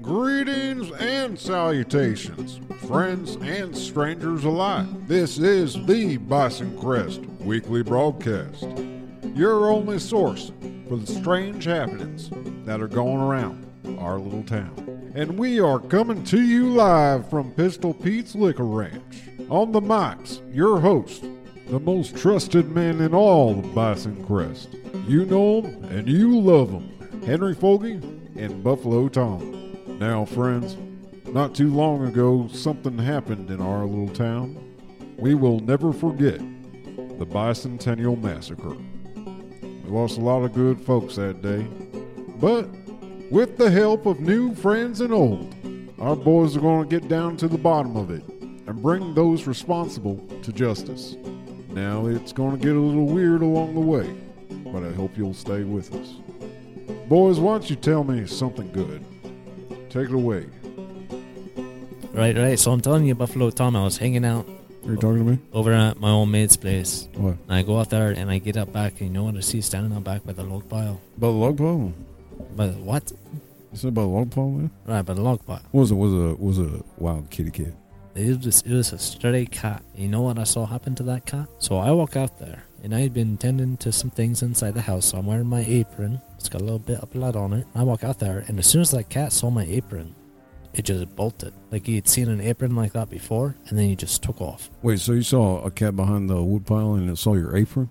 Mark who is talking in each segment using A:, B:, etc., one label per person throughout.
A: Greetings and salutations, friends and strangers alike. This is the Bison Crest Weekly Broadcast, your only source for the strange happenings that are going around our little town. And we are coming to you live from Pistol Pete's Liquor Ranch. On the mics, your host, the most trusted man in all of Bison Crest. You know him and you love him, Henry Fogey and Buffalo Tom. Now, friends, not too long ago, something happened in our little town. We will never forget the Bicentennial Massacre. We lost a lot of good folks that day, but with the help of new friends and old, our boys are going to get down to the bottom of it and bring those responsible to justice. Now, it's going to get a little weird along the way, but I hope you'll stay with us. Boys, why don't you tell me something good? Take it away.
B: Right, right. So I'm telling you, Buffalo Tom, I was hanging out
C: Are you talking to me?
B: over at my old mate's place.
C: What?
B: And I go out there and I get up back, and you know what I see standing out back by the log pile?
C: About the log pile?
B: But what?
C: You said Oh, about the log pile, man?
B: Right, by the log pile.
C: What was it? Was a was a wild kitty cat?
B: It was, just, it was a stray cat. You know what I saw happen to that cat? So I walk out there, and I had been tending to some things inside the house. So I'm wearing my apron. It's got a little bit of blood on it. I walk out there, and as soon as that cat saw my apron, it just bolted. Like he had seen an apron like that before, and then he just took off.
C: Wait, so you saw a cat behind the wood pile and it saw your apron,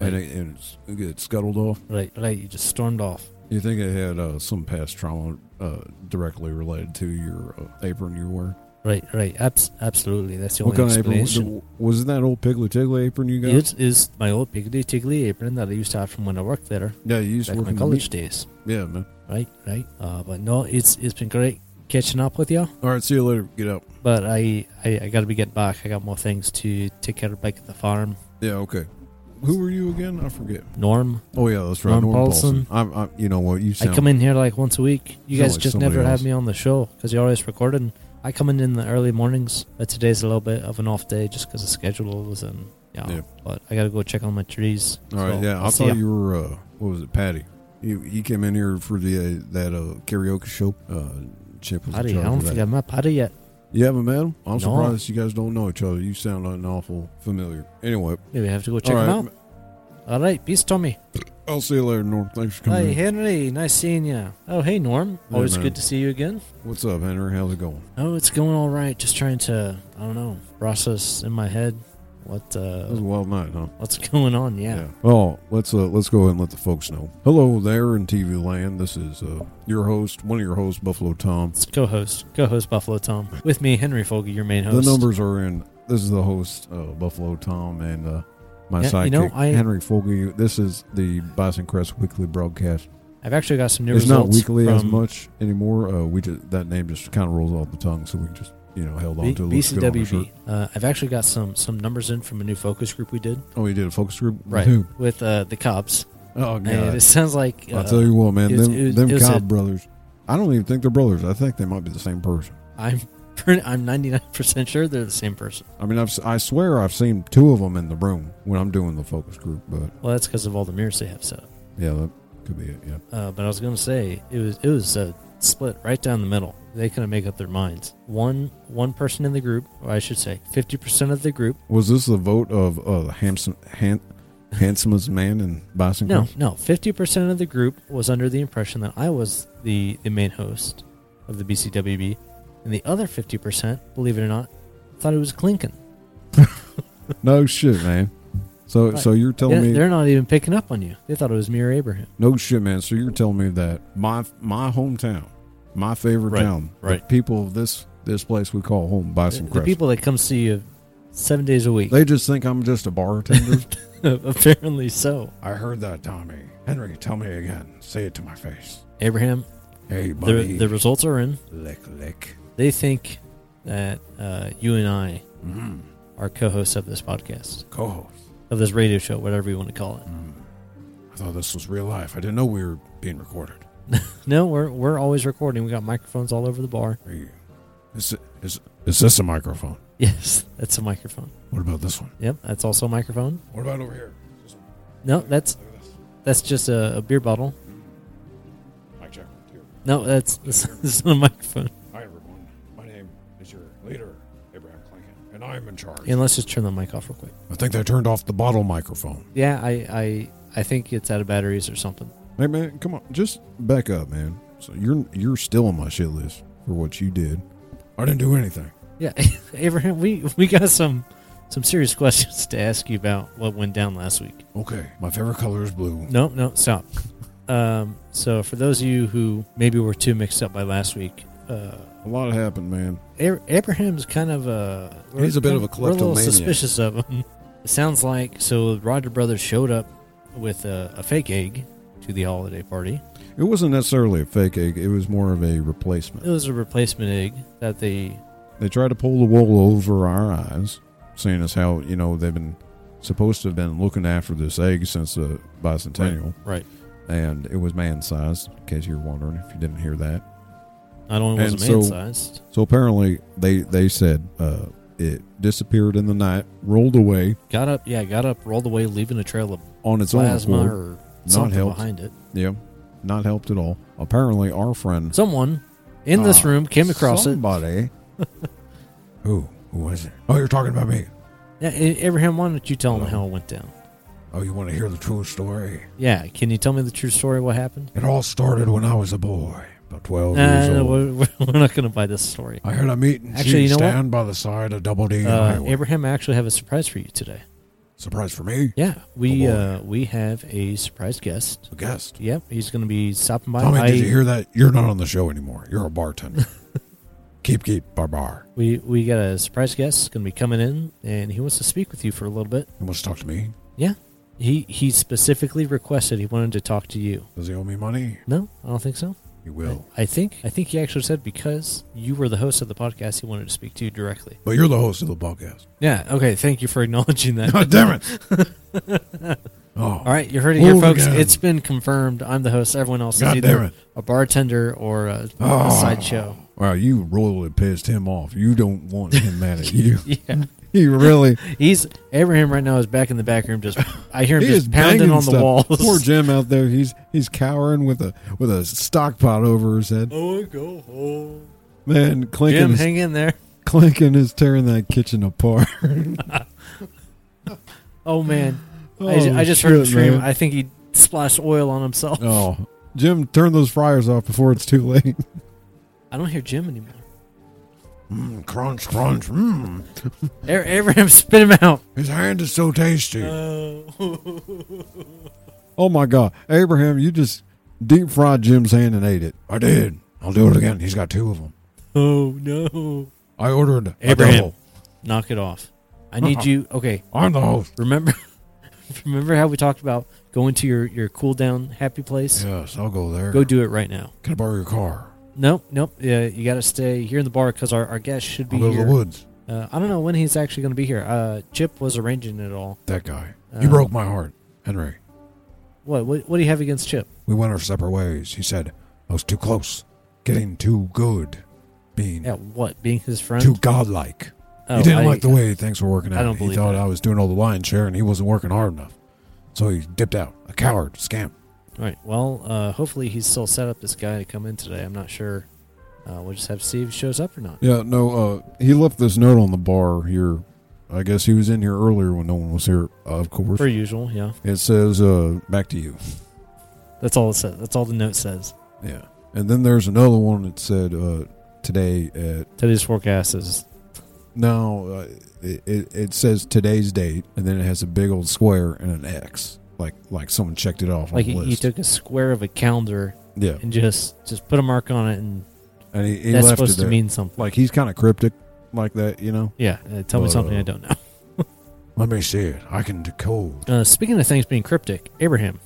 C: and it, and it's, it scuttled off.
B: Right, right. He just stormed off.
C: You think it had uh, some past trauma uh, directly related to your uh, apron you wore?
B: Right, right. Abs- absolutely. That's the
C: what
B: only
C: kind of apron was,
B: explanation.
C: was it? That old Piggly Tiggly apron you got?
B: It is my old piggly tiggly apron that I used to have from when I worked there
C: Yeah, you used
B: back
C: to
B: in
C: work
B: my
C: in the
B: college
C: meat.
B: days.
C: Yeah, man.
B: Right, right. Uh, but no, it's it's been great catching up with you.
C: All right, see you later. Get up.
B: But I I, I got to be getting back. I got more things to take care of back at the farm.
C: Yeah, okay. Who were you again? I forget.
B: Norm,
C: Oh yeah, that's right.
B: Norm Paulson.
C: I'm, I'm, you know what? You sound
B: I come in here like once a week. You
C: Sound
B: guys
C: like
B: just
C: somebody
B: never
C: else.
B: have me on the show because you're always recording. I come in in the early mornings, but today's a little bit of an off day just because the schedule was in. Yeah,
C: Yeah.
B: but I got to go check on my trees.
C: All right,
B: So,
C: yeah,
B: I'll
C: I
B: see
C: thought
B: ya.
C: you were uh, what was it, Patty? You you came in here for the uh, that uh, karaoke show. Uh, Chip was in
B: Patty, I
C: charge
B: don't
C: of that.
B: think I met Patty yet.
C: You haven't met him. I'm
B: No.
C: surprised you guys don't know each other. You sound an awful familiar. Anyway,
B: Maybe I have to go check
C: all
B: him
C: right,
B: out. All right, peace, Tommy.
C: I'll see you later, Norm. Thanks for coming.
B: Hi,
C: in.
B: Henry. Nice seeing you. Oh, hey, Norm.
C: Yeah,
B: Always
C: man.
B: good to see you again.
C: What's up, Henry? How's it going?
B: Oh, it's going all right. Just trying to, I don't know, process in my head what
C: It was a
B: uh,
C: wild night, huh?
B: what's going on. Yeah.
C: Oh, let's uh, let's go ahead and let the folks know. Hello there in TV land. This is uh, your host, one of your hosts, Buffalo Tom.
B: It's co-host, co-host Buffalo Tom. With me, Henry Fogey, your main
C: The
B: host.
C: numbers are in. This is the host, uh, Buffalo Tom, and uh, my
B: Yeah,
C: sidekick,
B: you know, I-
C: Henry Foley. This is the Bison Crest Weekly Broadcast.
B: I've actually got some new
C: it's not
B: results.
C: weekly
B: from
C: as much anymore. Uh, we just that name just kind of rolls off the tongue, so we just you know held on
B: B-
C: to it. Looks good on the shirt.
B: BCWB. Uh, I've actually got some some numbers in from a new focus group we did
C: Oh, you did a focus group,
B: Right.
C: Who?
B: with uh, the cops,
C: Oh god!
B: and it sounds like uh,
C: I'll tell you what, man.
B: it was-
C: them
B: it was-
C: them
B: it was
C: Cobb
B: a- Uh,
C: uh,
B: uh,
C: Mm-hmm.
B: No, that's this is on the microphone.
D: Hi, everyone. My name is your leader, Abraham Clinton, and I'm in charge.
B: And let's just turn the mic off real quick.
C: I think they turned off the bottle microphone.
B: Yeah, I I I think it's out of batteries or something.
C: Hey man, come on, just back up, man. So you're you're still on my shit list for what you did. I didn't do anything.
B: Yeah, Abraham, we we got some some serious questions to ask you about what went down last week.
C: Okay, my favorite color is blue.
B: No, no, stop. Um, so for those of you who maybe were too mixed up by last week, uh,
C: A lot happened, man.
B: A- Abraham's kind of a
C: He's a bit of a
B: we're a little
C: kleptomaniac.
B: suspicious of him. It sounds like so. Roger Brothers showed up with a, a fake egg to the holiday party.
C: It wasn't necessarily a fake egg. It was more of a replacement.
B: It was a replacement egg that they
C: They try to pull the wool over our eyes, saying as how you know they've been supposed to have been looking after this egg since the bicentennial,
B: right.
C: and it was man-sized. In case you were wondering, if you didn't hear that,
B: Not only was
C: And
B: it
C: so-
B: man sized,
C: so apparently they they said uh, it disappeared in the night, rolled away
B: got up. Yeah, got up, rolled away, leaving a trail of
C: on its
B: plasma
C: own. accord.
B: or something
C: helped.
B: behind it.
C: Yeah, not helped at all. Apparently, our friend
B: Someone in this
C: Ah,
B: room came across it.
C: somebody. who who was it? Oh, you're talking about me.
B: Yeah, A- Abraham, why don't you tell him
C: Hello.
B: how it went down?
C: Oh, you want to hear the true story?
B: Yeah, can you tell me the true story? What happened?
C: It all started when I was a boy, about twelve
B: Nah,
C: years
B: no,
C: old.
B: we're, we're we're not going to buy this story.
C: I had a meeting.
B: Actually,
C: Actually,
B: you know what?
C: stand by the side of Double D
B: Uh,
C: Highway.
B: Abraham, I actually have a surprise for you today.
C: Surprise for me,
B: Yeah, we
C: Oh, boy.
B: uh, we have a surprise guest.
C: a guest.
B: Yep, he's going to be stopping by.
C: Tommy,
B: I-
C: did you hear that? You're not on the show anymore. You're a bartender. keep keep bar bar.
B: we we got a surprise guest going to be coming in, and he wants to speak with you for a little bit.
C: He wants to talk to me.
B: Yeah, he he specifically requested he wanted to talk to you.
C: Does he owe me money?
B: No, I don't think so.
C: He will.
B: I think I think he actually said because you were the host of the podcast, he wanted to speak to you directly.
C: But you're the host of the podcast.
B: Yeah. Okay. Thank you for acknowledging that.
C: God damn it! oh,
B: All right, you heard it here,
C: Move
B: folks.
C: again.
B: It's been confirmed. I'm the host. Everyone else
C: God
B: is
C: damn
B: either
C: it.
B: a bartender or a, a
C: Oh.
B: sideshow.
C: Wow, you royally pissed him off. You don't want him mad at you.
B: Yeah,
C: He really
B: he's Abraham right now is back in the back room. Just I hear him
C: he is
B: just pounding
C: banging
B: on the
C: stuff.
B: walls.
C: Poor Jim out there. He's he's cowering with a with a stockpot over his head.
B: Oh, go home.
C: Man, Clinton
B: Jim,
C: is
B: hang in there.
C: Clinton is tearing that kitchen apart.
B: Oh man, I,
C: Oh,
B: ju- I just heard him
C: shit,
B: scream.
C: man.
B: I think he splashed oil on himself.
C: oh, Jim, turn those fryers off before it's too late.
B: I don't hear Jim anymore.
C: Mm, crunch, crunch. Mm.
B: A- Abraham, spit him out.
C: His hand is so tasty.
B: Oh.
C: oh my God, Abraham, you just deep fried Jim's hand and ate it. I did. I'll do it again. He's got two of them. Oh,
B: no!
C: I ordered
B: Abraham.
C: a double.
B: Knock it off. I
C: Uh-huh.
B: need you. Okay,
C: I'm the host.
B: remember remember how we talked about going to your your cool down happy place
C: Yes, I'll go there.
B: go do it right now
C: Can I borrow your car?
B: nope nope yeah you gotta stay here in the bar because our, our guest should be
C: I'll go to
B: here
C: the woods.
B: Uh, i don't know when he's actually gonna be here uh chip was arranging it all
C: That guy.
B: Uh,
C: you broke my heart, Henry.
B: what, what what do you have against chip
C: We went our separate ways. He said I was too close, getting too good, being
B: at what being his friend
C: too godlike.
B: Oh,
C: he didn't
B: I-
C: like the way things were working
B: I
C: out.
B: don't
C: he
B: believe
C: thought
B: that.
C: I was doing all the lion share, and he wasn't working hard enough. So he dipped out. A coward, scamp.
B: all right well uh hopefully he's still set up this guy to come in today i'm not sure uh we'll just have to see if he shows up or not
C: Yeah, no. Uh, he left this note on the bar here. I guess he was in here earlier when no one was here. uh, of course,
B: per usual yeah
C: it says uh, "back to you."
B: that's all it says that's all the note says
C: Yeah. And then there's another one that said uh, today at
B: today's forecast is
C: no, uh, it, it it says today's date, and then it has a big old square and an X, like like someone checked it off on
B: like he,
C: the
B: he
C: list.
B: took a square of a calendar
C: yeah,
B: and just just put a mark on it, and
C: and he, he
B: that's
C: left it
B: supposed to
C: there.
B: mean something.
C: like he's kind of cryptic, like that, you know.
B: Yeah, uh, tell me
C: But,
B: something
C: uh,
B: I don't know.
C: Let me see it. I can decode.
B: Uh, speaking of things being cryptic, Abraham,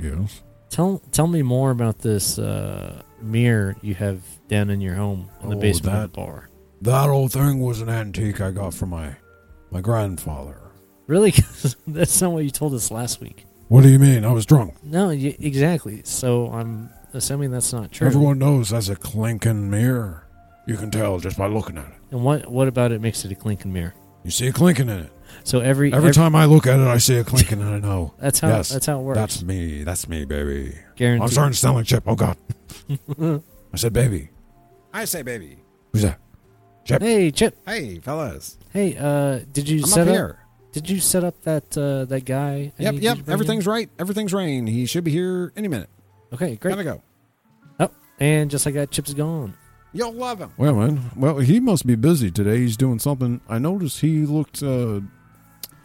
C: Yes.
B: tell tell me more about this uh, mirror you have down in your home in the
C: Oh,
B: basement of
C: that-
B: the bar.
C: That old thing was an antique I got from my my grandfather.
B: Really, 'Cause that's not what you told us last week.
C: What do you mean? I was drunk.
B: No, y- exactly. So I'm assuming that's not true.
C: Everyone knows that's a clinking mirror. You can tell just by looking at it.
B: And what what about it makes it a clinking mirror?
C: You see a clinking in it.
B: So every
D: Every time I look at it, I see a clinking and I know.
B: That's how
D: Yes,
B: that's how it works.
D: That's me. That's me, baby.
B: guaranteed.
D: I'm starting to sound like Chip. Oh, God. I said baby. I say baby. Who's that?
B: Hey Chip.
D: Hey, fellas.
B: Hey, uh, did you
D: I'm
B: set
D: up
B: up?
D: here.
B: Did you set up that uh, that guy?
D: Yep,
B: I need you to
D: yep.
B: bring in?
D: Everything's right. Everything's rain. He should be here any minute.
B: okay. Great.
D: Gotta go.
B: Oh, and just like that, Chip's gone.
D: You'll love him.
C: Well, man. Well, he must be busy today. He's doing something. I noticed he looked. uh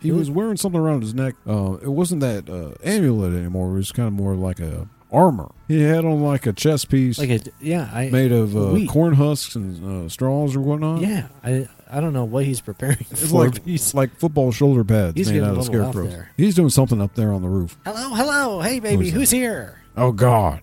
C: He
B: Really?
C: was wearing something around his neck. Uh It wasn't that uh amulet anymore. It was kind of more like a armor. He had on like a chest piece
B: Like a yeah, I
C: made of uh,
B: wheat.
C: corn husks and uh, straws or whatnot.
B: yeah, I I don't know what he's preparing
C: It's
B: for.
C: like
B: but he's-
C: like football shoulder pads
B: He's
C: made
B: getting
C: out
B: a
C: of
B: little rough
C: scarecrows.
B: there.
C: He's doing something up there on the roof.
B: hello, hello, hey baby,
C: Who's
B: who's, here?
D: Oh, God.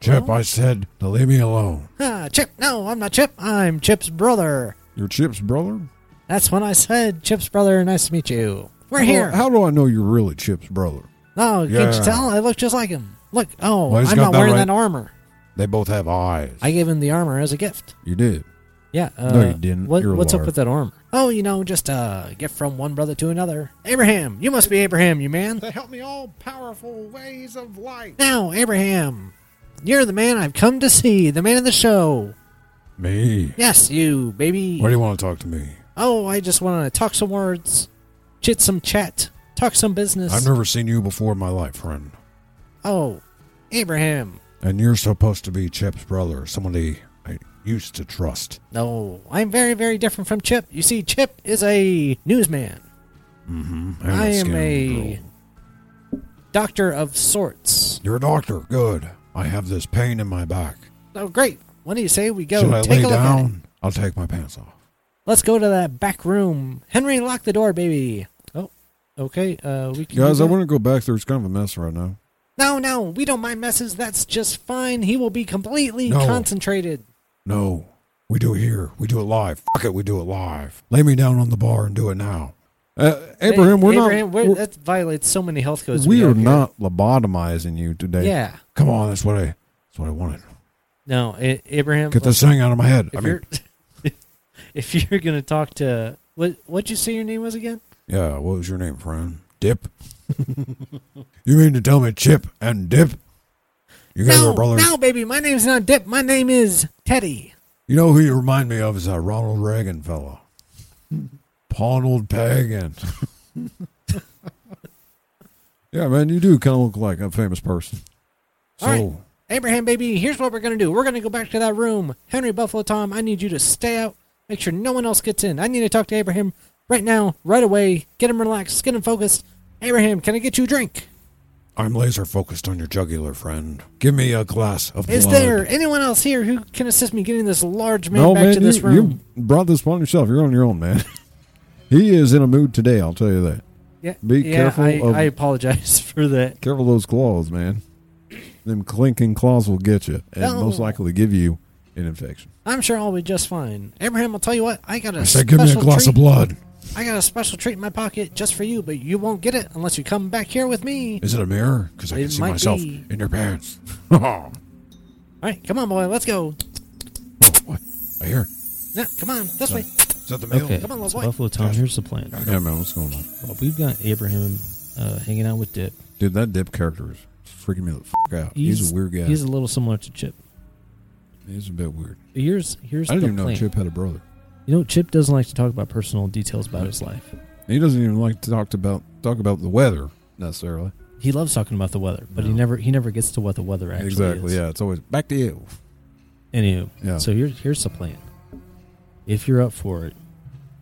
D: Chip, I said to leave me alone.
B: Ah, Chip. No, I'm not Chip. I'm Chip's brother.
C: Your Chip's brother?
B: That's what I said. Chip's brother. Nice to meet you. We're
C: How do I-
B: here.
C: how do I know you're really Chip's brother?
B: No, can't
D: Oh, Yeah.
B: you tell? I look just like him. Look. Oh,
D: Well, he's
B: I'm
D: got
B: not
D: that
B: wearing
D: right.
B: that armor.
D: They both have eyes.
B: I gave him the armor as a gift.
C: You did.
B: Yeah. Uh,
C: No, you didn't.
B: What,
C: You're a
B: what's
C: liar.
B: up with that armor? Oh, you know, just uh, gift from one brother to another. Abraham, you must be Abraham, you man.
D: to help me all powerful ways of life.
B: Now, Abraham, you're the man I've come to see, the man of the show.
D: Me.
B: Yes, you, baby.
D: What do you want to talk to me?
B: oh, I just want to talk some words, chit some chat, talk some business.
D: I've never seen you before in my life, friend.
B: oh, Abraham.
D: And you're supposed to be Chip's brother, somebody I used to trust.
B: No, I'm very, very different from Chip. You see, Chip is a newsman.
D: And
B: I
D: a
B: am a
D: scoundrel.
B: doctor of sorts.
D: You're a doctor. Good. I have this pain in my back.
B: Oh, great. What do you say we go
D: Should I
B: take
D: lay
B: a look at it?
D: down? I'll take my pants off.
B: Let's go to that back room. Henry, lock the door, baby. Oh, okay. Uh, we can do
C: Guys, I
B: that.
C: want to go back there. It's kind of a mess right now.
B: No, no, we don't mind messes. That's just fine. He will be completely
D: No.
B: concentrated.
D: No. We do it here. We do it live. Fuck it, we do it live. Lay me down on the bar and do it now.
C: Uh, Abraham,
B: Hey,
C: we're
B: Abraham,
C: not.
B: we're-
C: We're,
B: that violates so many health codes.
C: we
B: have
C: are
B: here.
C: not lobotomizing you today.
B: Yeah.
D: Come on, that's what I that's what I wanted.
B: No, A- Abraham.
D: Get this thing out of my head.
B: If
D: I mean
B: you're if you're gonna talk to what what'd you say your name was again?
D: Yeah, what was your name, friend? Dip? you mean to tell me Chip and Dip? You guys
B: No,
D: are brothers.
B: no, baby. My name's not Dip. My name is Teddy.
D: You know who you remind me of is that Ronald Reagan fellow. Ponald Pagan.
C: Yeah, man, you do kind of look like a famous person.
D: So
B: All right. Abraham, baby, here's what we're going to do. We're going to go back to that room. Henry Buffalo Tom, I need you to stay out. Make sure no one else gets in. I need to talk to Abraham right now, right away. Get him relaxed, get him focused. Abraham, can I get you a drink?
D: I'm laser focused on your jugular, friend. Give me a glass of
B: Is
D: blood.
B: there anyone else here who can assist me getting this large man
C: no,
B: back
C: man,
B: to this
C: you,
B: room?
C: you brought this upon yourself. You're on your own, man. he is in a mood today. I'll tell you that.
B: yeah,
C: be
B: yeah,
C: careful
B: I,
C: of-
B: I apologize for that.
C: Careful those claws, man. Them clinking claws will get you, and
B: No.
C: most likely give you an infection.
B: I'm sure I'll be just fine. Abraham, I'll tell you what, I got a
D: I said, give me a
B: special
D: glass
B: treat.
D: of blood.
B: I got a special treat in my pocket just for you, but you won't get it unless you come back here with me.
D: Is it a mirror? Because I
B: It
D: can see
B: might
D: myself
B: be.
D: in your pants. I
B: All right, come on, boy, let's go.
D: hear.
B: No, come on, this way.
D: Is that the meal?
E: Okay,
B: Come on, little
E: so
B: boy.
E: Buffalo Tom, here's the plan.
C: Yeah, man, what's going on?
E: Well, we've got Abraham uh, hanging out with Dip.
C: Dude, that dip character is freaking me the fuck out. He's, a weird guy.
E: He's
C: He's
E: a
C: a,
E: little similar to Chip.
C: bit weird.
E: Here's here's
C: I didn't
E: the
C: even know
E: plan.
C: Chip had a brother.
E: You know, Chip doesn't like to talk about personal details about his life.
C: He doesn't even like to talk about talk about the weather necessarily.
E: He loves talking about the weather, but he
C: No.
E: never he never gets to what the weather actually
C: exactly.
E: is.
C: Yeah, it's always back to you.
E: Anywho,
C: Yeah.
E: so here's here's the plan. If you're up for it,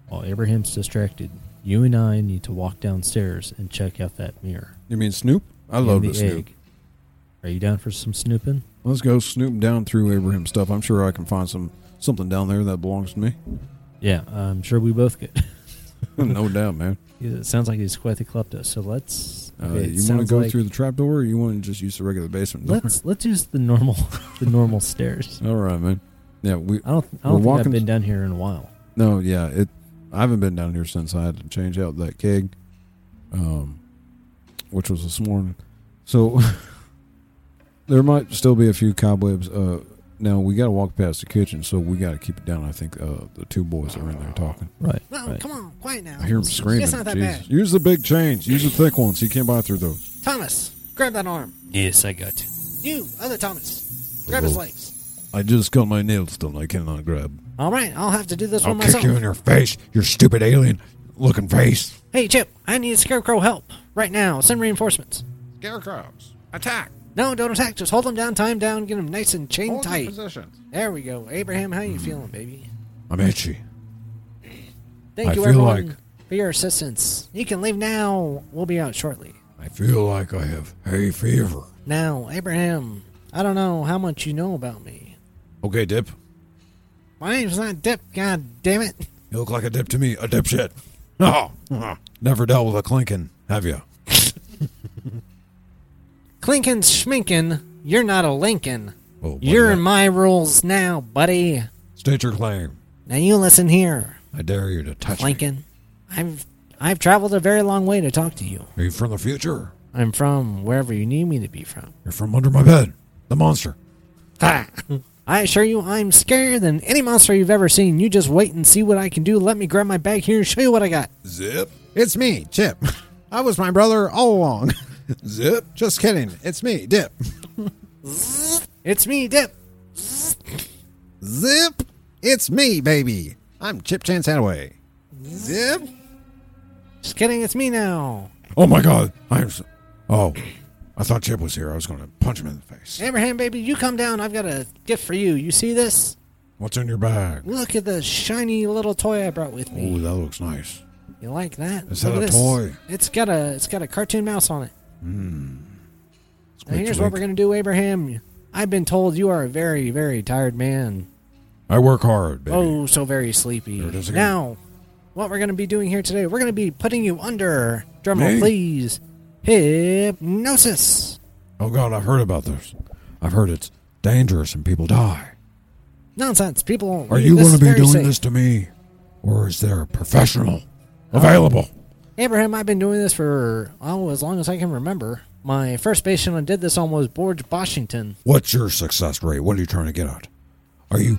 E: while Abraham's distracted, you and I need to walk downstairs and check out that mirror.
C: You mean Snoop? I
E: and
C: love
E: the
C: the Snoop.
E: egg. Are you down for some snooping?
C: Let's go snoop down through Abraham's stuff. I'm sure I can find some something down there that belongs to me.
E: Yeah, I'm sure we both could.
C: no doubt, man.
E: Yeah, It sounds like he's quite the klepto. So let's.
C: Uh,
E: okay, it
C: you want to
E: sounds
C: go
E: like-
C: through the trapdoor, or you want to just use the regular basement door?
E: Let's let's use the normal the normal stairs.
C: All right, man. Yeah, we. We're
E: I don't I don't think
C: walking-
E: I've been down here in a while.
C: No, yeah. It. I haven't been down here since I had to change out that keg, um, which was this morning. So there might still be a few cobwebs. Uh,
F: Now we got to walk past the kitchen, so we got to keep it down. I think uh, the two boys are in there talking.
G: Right.
B: No,
G: right.
B: come on, quiet now.
F: I hear them screaming.
B: It's not that
F: Jesus.
B: bad.
F: Use the big chains. Use the thick ones. He can't buy through those.
B: Thomas, grab that arm.
H: Yes, I got you.
B: You, other Thomas, grab his
F: Whoa.
B: legs.
F: I just got my nails done. I cannot grab.
B: All right, I'll have to do this
C: I'll
B: one
C: kick
B: myself.
C: you in your face, your stupid alien looking face.
B: Hey, Chip, I need Scarecrow help right now. Send reinforcements.
I: Scarecrows, attack!
B: No, don't attack. Just hold him down, tie him down, get him nice and chained
I: Hold your
B: tight.
I: positions.
B: There we go. Abraham, how
E: Hmm.
B: you feeling, baby?
C: I'm itchy.
B: Thank
C: I
B: you,
C: feel
B: everyone,
C: like-
B: for your assistance. You can leave now. We'll be out shortly.
C: I feel like I have hay fever.
B: Now, Abraham, I don't know how much you know about me.
C: Okay, Dip.
B: My name's not Dip. God damn it.
C: You look like a dip to me, a dipshit. Oh, never dealt with a clinkin', have you?
B: Clinkin' Schminkin, you're not a Lincoln.
C: Well, what
B: You're
C: is
B: in
C: that?
B: my rules now, buddy.
C: Oh, State your claim.
B: Now you listen here,
C: I dare you to touch me.
B: Lincoln. I've I've traveled a very long way to talk to you.
C: Are you from the future?
B: I'm from wherever you need me to be from.
C: You're from under my bed. The monster.
B: Ha! I assure you, I'm scarier than any monster you've ever seen. You just wait and see what I can do. Let me grab my bag here and show you what I got.
C: Zip.
J: It's me, Chip. I was my brother all along.
C: Zip.
J: Just kidding. It's me, Dip.
B: It's me, Dip.
J: Zip. It's me, baby. I'm Chip Chance Hadaway. Zip.
B: Just kidding, it's me now.
C: Oh my god. I'm. So- oh, I thought Chip was here. I was going to punch him in the face.
B: Abraham, baby, you come down. I've got a gift for you. You see this?
C: What's in your bag?
B: Look at the shiny little toy I brought with me.
C: Oh, that looks nice.
B: You like that?
C: Is
B: Look
C: that
B: at
C: a
B: this.
C: toy?
B: It's got a it's got a cartoon mouse on it. Now
C: Squeak,
B: here's what
C: squeak.
B: we're gonna do, Abraham. I've been told you are a very, very tired man.
C: I work hard, baby.
B: Oh, so very sleepy.
C: There it is again.
B: Now, what we're gonna be doing here today? We're gonna be putting you under drumroll,
C: Me?
B: please. Hypnosis.
C: Oh god, I've heard about this. I've heard it's dangerous and people die.
B: Nonsense, people.
C: Are you
B: this
C: going to
B: is
C: be
B: very
C: doing
B: safe.
C: this to me? Or is there a professional available?
B: Abraham, I've been doing this for oh as long as I can remember. My first patient I did this on was George Washington.
C: What's your success rate? What are you trying to get at? Are you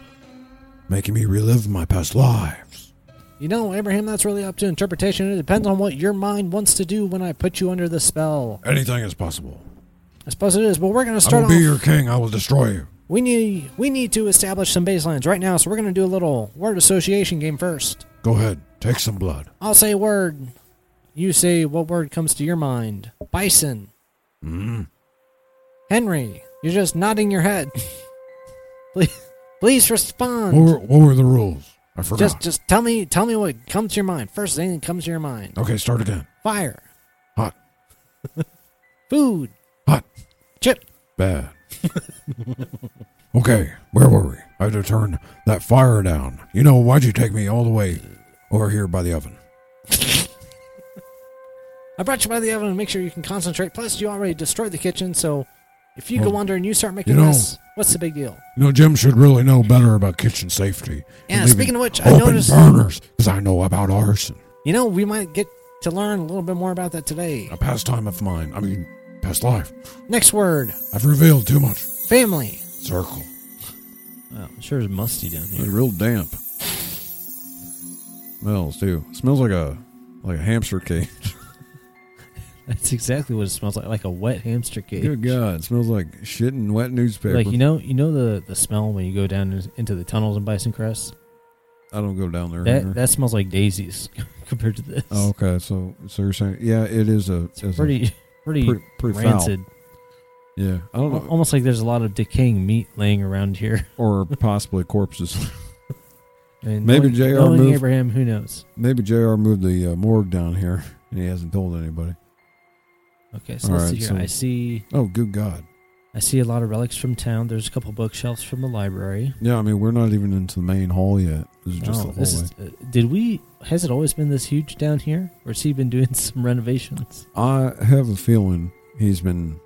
C: making me relive my past lives?
B: You know, Abraham, that's really up to interpretation. It depends on what your mind wants to do when I put you under the spell.
C: Anything is possible.
B: I suppose it is, but we're gonna
C: I will
B: start off.
C: be your king. I will destroy you.
B: We need we need to establish some baselines right now, so we're gonna do a little word association game first.
C: Go ahead. Take some blood.
B: I'll say a word. You say what word comes to your mind. Bison. Henry, you're just nodding your head. please, please respond.
C: What were, what were the rules? I forgot.
B: just just tell me tell me what comes to your mind. First thing that comes to your mind.
C: okay, start again.
B: Fire.
C: Hot.
B: Food.
C: Hot.
B: Chip.
C: Bad. okay, where were we? I had to turn that fire down. You know, why'd you take me all the way over here by the oven?
B: I brought you by the oven to make sure you can concentrate. Plus, you already destroyed the kitchen, so if you go
C: Oh.
B: under and you start making
C: know-
B: mess, what's the big deal?
C: You know, Jim should really know better about kitchen safety.
B: Yeah,
C: and leaving
B: speaking of which, I
C: open
B: noticed-
C: burners because I know about arson.
B: You know, we might get to learn a little bit more about that today.
C: A pastime of mine. I mean, past life.
B: Next word
C: I've revealed too much.
B: family.
C: Circle.
G: Wow, it sure is musty down
F: It's
G: here.
F: real damp. Smells too. smells like a like a hamster cage.
G: That's exactly what it smells like, like a wet hamster cage.
F: Good God! It smells like shit and wet newspaper.
G: Like you know, you know the the smell when you go down in- into the tunnels in Bison Crest.
F: I don't go down there. either.
G: That that smells like daisies compared to this.
F: Uh-huh. oh, okay. So so you're saying yeah, it is a
G: it's
F: it's a
G: pretty pretty,
F: pretty, pretty foul.
G: rancid.
F: Yeah, I don't know,
G: Almost like there's a lot of decaying meat laying around here.
F: or possibly corpses.
G: And
F: Maybe
G: knowing-
F: JR
G: knowing
F: moved-
G: Abraham, who knows?
F: Maybe Jr. moved the uh, morgue down here, and he hasn't told anybody.
G: Okay, so
F: All
G: let's
F: right,
G: see here.
F: so-
G: I see
F: Oh, good God!
G: I see a lot of relics from town. There's a couple bookshelves from the library.
F: Yeah, I mean we're not even into the main hall yet. This is just
G: Oh,
F: the hallway.
G: this is, uh, did we? Has it always been this huge down here, or has he been doing some renovations?
F: I have a feeling he's been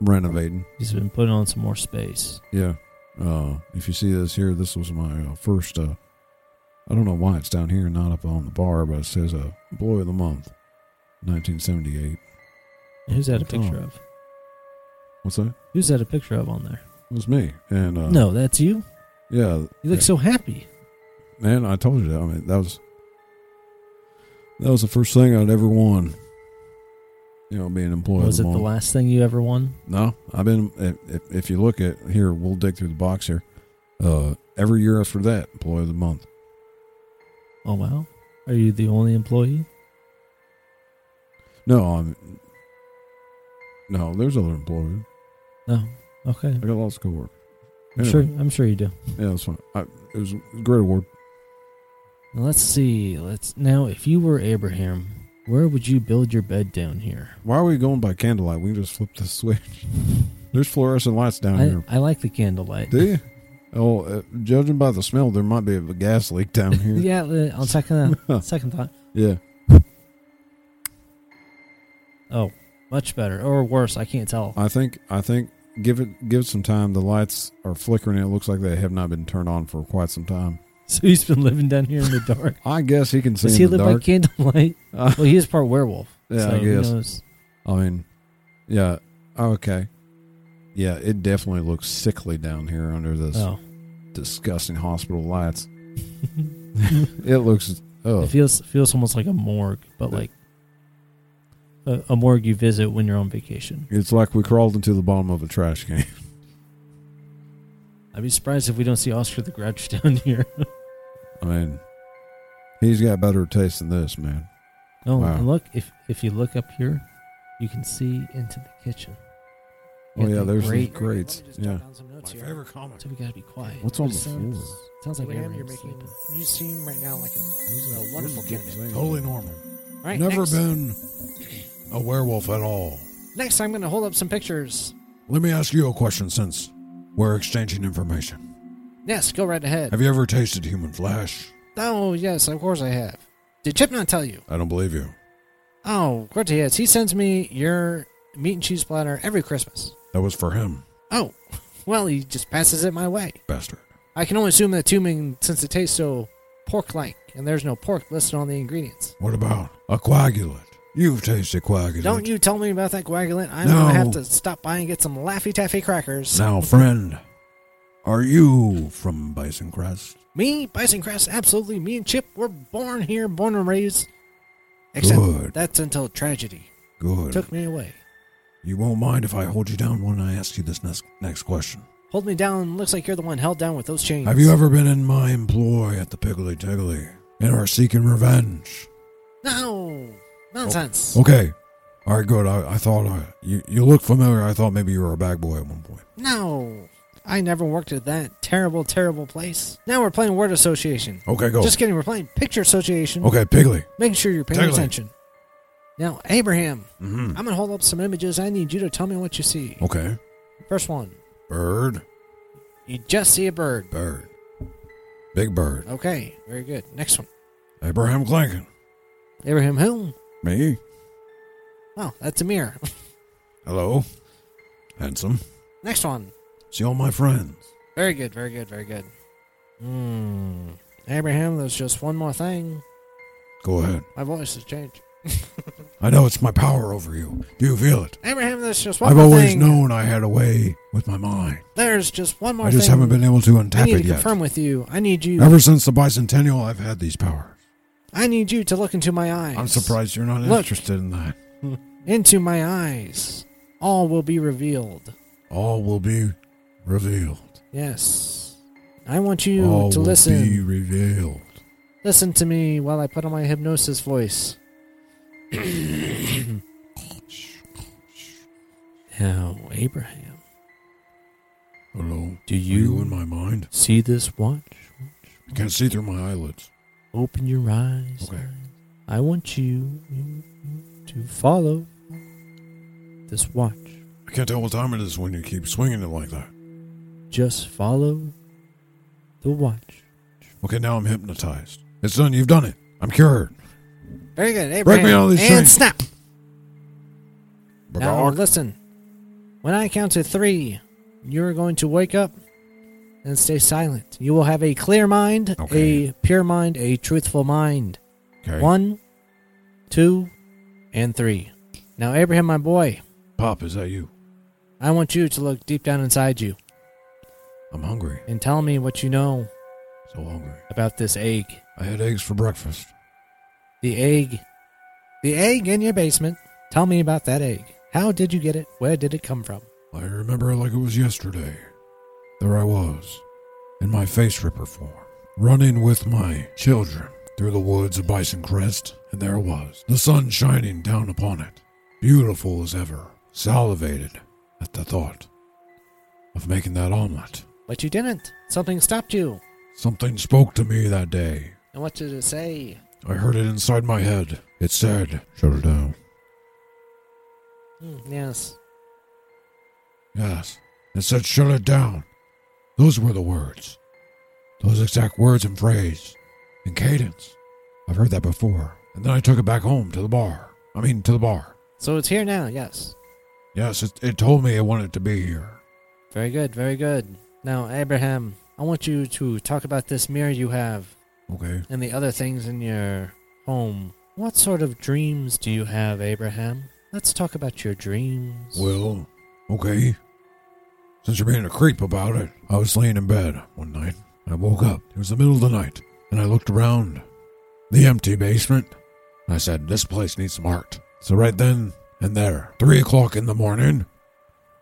F: renovating.
G: He's been putting on some more space.
F: Yeah. Uh, if you see this here, this was my uh, first. Uh, I don't know why it's down here, and not up on the bar, but it says uh, "Employee of the Month," 1978.
G: Who's that a
F: Oh.
G: picture of?
F: What's that?
G: Who's that a picture of on there?
K: It was me. And uh,
B: No, that's you.
K: yeah,
B: You look so happy.
K: man, I told you that. I mean, that was that was the first thing I'd ever won. You know, being employed.
B: was
K: at
B: it
K: the
B: the
K: mall.
B: last thing you ever won?
K: No, I've been. If, if- if you look at here, we'll dig through the box here. Uh, every year after that, employee of the month.
B: Oh wow. Are you the only employee?
K: No, I'm. No, there's other employees.
B: No. Okay.
K: I got lots of coworkers.
B: I'm
K: Anyway,
B: sure I'm sure you do.
K: Yeah, that's fine. I, it was a great award.
B: Now, let's see. Let's now if you were Abraham, where would you build your bed down here?
K: Why are we going by candlelight? We can just flip the switch. there's fluorescent lights down
B: I,
K: here.
B: I like the candlelight.
K: Do you? Oh, uh, judging by the smell, there might be a gas leak down here.
B: Yeah, uh, on second uh, second thought.
K: yeah.
B: Oh, much better or worse, I can't tell.
K: I think I think give it give it some time. The lights are flickering. It looks like they have not been turned on for quite some time.
B: So he's been living down here in the dark.
K: I guess he can see
B: Does
K: in
B: he
K: the
B: live by
K: dark.
B: candlelight?
K: Uh,
B: Well, he is part werewolf.
K: Yeah,
B: so
K: I
B: who
K: guess.
B: knows?
K: I mean, yeah. Oh, okay. Yeah, it definitely looks sickly down here under this
B: Oh,
K: disgusting hospital lights. it looks oh
B: it feels feels almost like a morgue, but like a, a morgue you visit when you're on vacation.
K: it's like we crawled into the bottom of a trash can.
B: I'd be surprised if we don't see Oscar the Grouch down here.
K: I mean he's got better taste than this, man.
B: Oh,
K: Wow.
B: and look if if you look up here, you can see into the kitchen.
K: Oh
B: Got
K: yeah,
B: the
K: there's those
B: grate.
K: grates. Yeah.
F: My
C: comic.
B: So we gotta be quiet.
K: What's on the
F: sounds-
K: floor?
B: Sounds like
F: Abraham,
B: Abraham's
F: you're making.
B: sleeping.
F: You seem right now like a, a wonderful candidate.
C: Totally normal.
F: All right,
C: Never
F: next,
C: been a werewolf at all.
F: Next, I'm going to hold up some pictures.
C: Let me ask you a question since we're exchanging information.
F: Yes, go right ahead.
C: Have you ever tasted human flesh?
F: Oh, yes, of course I have. Did Chip not tell you?
C: I don't believe you.
F: Oh, of course he has. He sends me your meat and cheese platter every Christmas.
C: That was for him,
F: Oh, well, he just passes it my way.
C: bastard.
F: I can only assume that tuning since it tastes so pork-like, and there's no pork listed on the ingredients.
C: What about a coagulant? You've tasted coagulant.
F: Don't you tell me about that coagulant. I'm
C: No.
F: gonna have to stop by and get some Laffy Taffy crackers.
C: Now, friend, are you from Bison Crest?
F: Me, Bison Crest, absolutely. Me and Chip, we're born here, born and raised. Except
C: Good.
F: that's until tragedy
C: Good.
F: took me away.
C: you won't mind if I hold you down when I ask you this next, next question.
F: Hold me down. Looks like you're the one held down with those chains.
C: Have you ever been in my employ at the Piggly Tiggly and are seeking revenge?
F: No nonsense.
C: Okay. All right, good. I, I thought uh, you, you look familiar. I thought maybe you were a bag boy at one point.
F: No, I never worked at that terrible, terrible place. Now we're playing word association.
C: Okay, go.
F: Just kidding. We're playing picture association.
C: okay, Piggly.
F: Making sure you're paying
C: Totally.
F: attention. Now, Abraham,
C: Mm-hmm.
F: I'm gonna hold up some images. I need you to tell me what you see.
C: Okay.
F: First one,
C: Bird.
F: you just see a bird.
C: Bird. Big Bird.
F: Okay, very good. Next one,
C: Abraham Clankin.
F: Abraham who?
C: Me.
F: Wow, Oh, that's a mirror.
C: Hello. Handsome.
F: Next one,
C: See all my friends.
F: very good, very good, very good. Hmm. Abraham, there's just one more thing.
C: Go ahead.
F: My voice has changed.
C: I know it's my power over you. Do you feel it?
F: Abraham, there's just one
C: I've
F: more
C: always
F: thing.
C: known I had a way with my mind.
F: There's just one more
C: I just
F: thing.
C: haven't been able to
F: I
C: untap
F: need
C: it
F: to
C: yet.
F: confirm with you. I need you.
C: Ever since the bicentennial, I've had these powers.
F: I need you to look into my eyes.
C: Oh. I'm surprised you're not
F: Look.
C: interested in that.
F: Into my eyes. All will be revealed.
C: All will be revealed.
F: Yes. I want you
C: All
F: to
C: will
F: listen.
C: be revealed.
F: Listen to me while I put on my hypnosis voice.
B: Now, Abraham,
C: Hello.
B: do
C: You,
B: you,
C: you in my mind?
B: see this watch?
C: I can't see through my eyelids.
B: Open your eyes.
C: Okay.
B: I want you you- you to follow this watch.
C: I can't tell what time it is when you keep swinging it like that.
B: Just follow the watch.
C: Okay, now I'm hypnotized. It's done. You've done it. I'm cured.
F: Very good, Abraham.
C: Break me out of these
F: and
C: chains.
F: snap. Now
C: Bagark.
F: listen. When I count to three, you are going to wake up and stay silent. You will have a clear mind,
C: Okay.
F: a pure mind, a truthful mind.
C: Okay.
F: One, two, and three. Now, Abraham, my boy,
C: Pop, is that you?
F: I want you to look deep down inside you.
C: I'm hungry.
B: and tell me what you know
C: So hungry.
B: about this egg.
C: I had eggs for breakfast.
B: The egg. The egg in your basement. Tell me about that egg. How did you get it? Where did it come from?
C: I remember it like it was yesterday. There I was, in my face ripper form, running with my children through the woods of Bison Crest, and there it was, the sun shining down upon it, beautiful as ever, salivated at the thought of making that omelet.
B: But you didn't. Something stopped you.
C: Something spoke to me that day.
B: And what did it say?
C: I heard it inside my head. It said, Shut her down.
B: Hmm, yes.
C: Yes. It said, shut it down. Those were the words. Those exact words and phrase and cadence. I've heard that before. And then I took it back home to the bar. I mean, to the bar.
B: So it's here now. Yes.
C: Yes, it, it told me it wanted to be here.
B: Very good. Very good. Now, Abraham, I want you to talk about this mirror you have
C: Okay.
B: and the other things in your home. What sort of dreams do you have, Abraham? Let's talk about your dreams.
C: Well, okay. Since you're being a creep about it, I was laying in bed one night. I woke up. It was the middle of the night. And I looked around the empty basement. And I said, this place needs some art. So right then and there, three o'clock in the morning,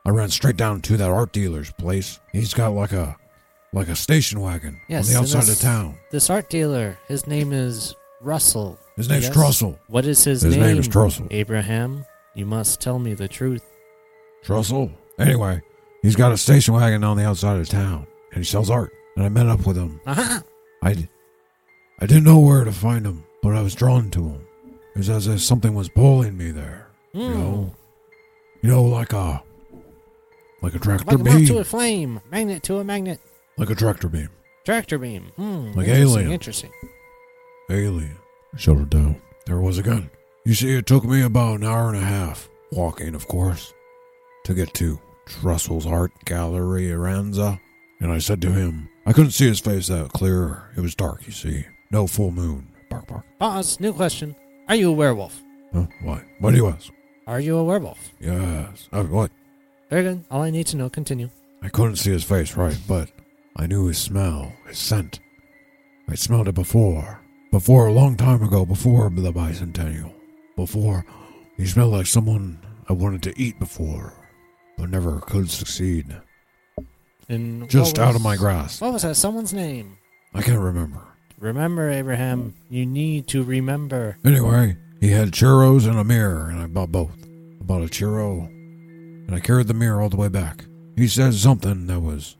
C: I ran straight down to that art dealer's place. He's got like a like a station wagon
B: Yes,
C: on the
B: and
C: outside of
B: this-
C: town.
B: This art dealer, his name is Russell.
C: His name's
B: Yes?
C: Trussell.
B: What is his,
C: His
B: name?
C: name is Trussell.
B: Abraham, you must tell me the truth.
C: Trussell. Anyway, he's got a station wagon on the outside of town, and he sells art. And I met up with him.
B: Aha!
C: I, d- I didn't know where to find him, but I was drawn to him. It was as if something was pulling me there. You know, you know, like a, like a tractor
B: Like a moth to
C: beam,
B: a flame, magnet to a magnet,
C: like a tractor beam,
B: tractor beam. Hmm,
C: Like
B: interesting,
C: alien.
B: Interesting.
C: alien. Shut it down. There it was again. You see, it took me about an hour and a half walking, of course, to get to Trussell's Art Gallery, Aranza. And I said to him, I couldn't see his face that clear. It was dark, you see. No full moon. Bark, bark.
B: Pause. New question. Are you a werewolf?
C: Huh? Why? But he was.
B: Are you a werewolf?
C: Yes. Oh, what?
B: Very good. All I need to know. Continue.
C: I couldn't see his face, right, but I knew his smell, his scent. I smelled it before. Before, a long time ago, before the bicentennial. Before, he smelled like someone I wanted to eat before, but never could succeed.
B: And what
C: Just out of
B: was-
C: my grasp.
B: What was that? Someone's name.
C: I can't remember.
B: Remember, Abraham. You need to remember.
C: Anyway, he had churros and a mirror, and I bought both. I bought a churro, and I carried the mirror all the way back. He said something that was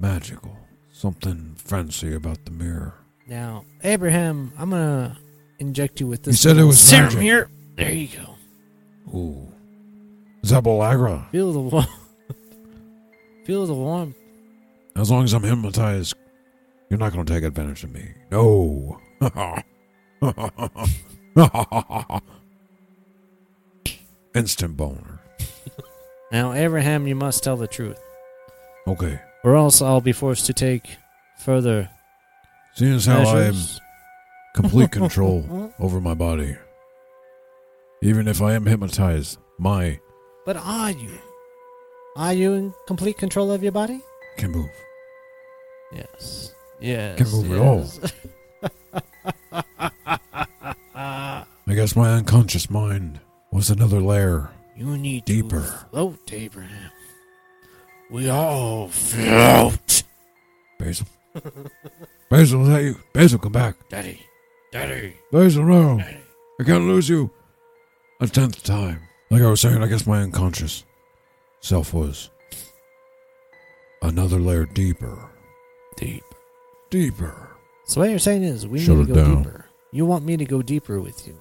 C: magical, something fancy about the mirror.
B: Now, Abraham, I'm gonna inject you with
C: He
B: this.
C: said it was
B: serum
C: magic.
B: here. There you go.
C: Ooh. Zabalagra.
B: Feel the warmth. Feel the warmth.
C: As long as I'm hypnotized, you're not going to take advantage of me. No. Instant boner.
B: Now, Abraham, you must tell the truth,
C: Okay.
B: or else I'll be forced to take further
C: Seeing as how I am
B: measures.
C: complete control over my body, even if I am hypnotized, my
B: But are you? Are you in complete control of your body?
C: can move.
B: Yes. Yes.
C: Can't move at all. I guess my unconscious mind was another layer.
B: You need
C: Deeper.
B: to float, Abraham. We all float,
C: Basil. Basil, is that you? Basil, come back.
B: Daddy. Daddy.
C: Basil, no. I can't lose you. A tenth time. Like I was saying, I guess my unconscious self was another layer deeper.
B: Deep.
C: Deeper.
B: So what you're saying is we
C: Shut
B: need
C: it
B: to go
C: down.
B: deeper. You want me to go deeper with you?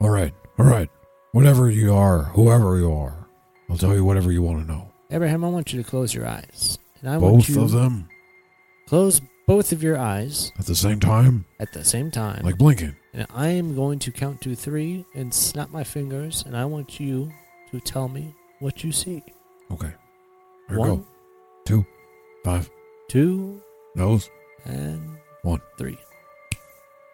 C: All right, all right. Whatever you are, whoever you are, I'll tell you whatever you want to know.
B: Abraham, I want you to close your eyes, and I want
C: Both
B: you
C: of them
B: close both of your eyes
C: at the same time,
B: at the same time.
C: like blinking.
B: and I am going to count to three and snap my fingers, and I want you to tell me what you see.
C: Okay. Here we
B: One,
C: go. Two, five,
B: two,
C: nose.
B: and
C: One.
B: three.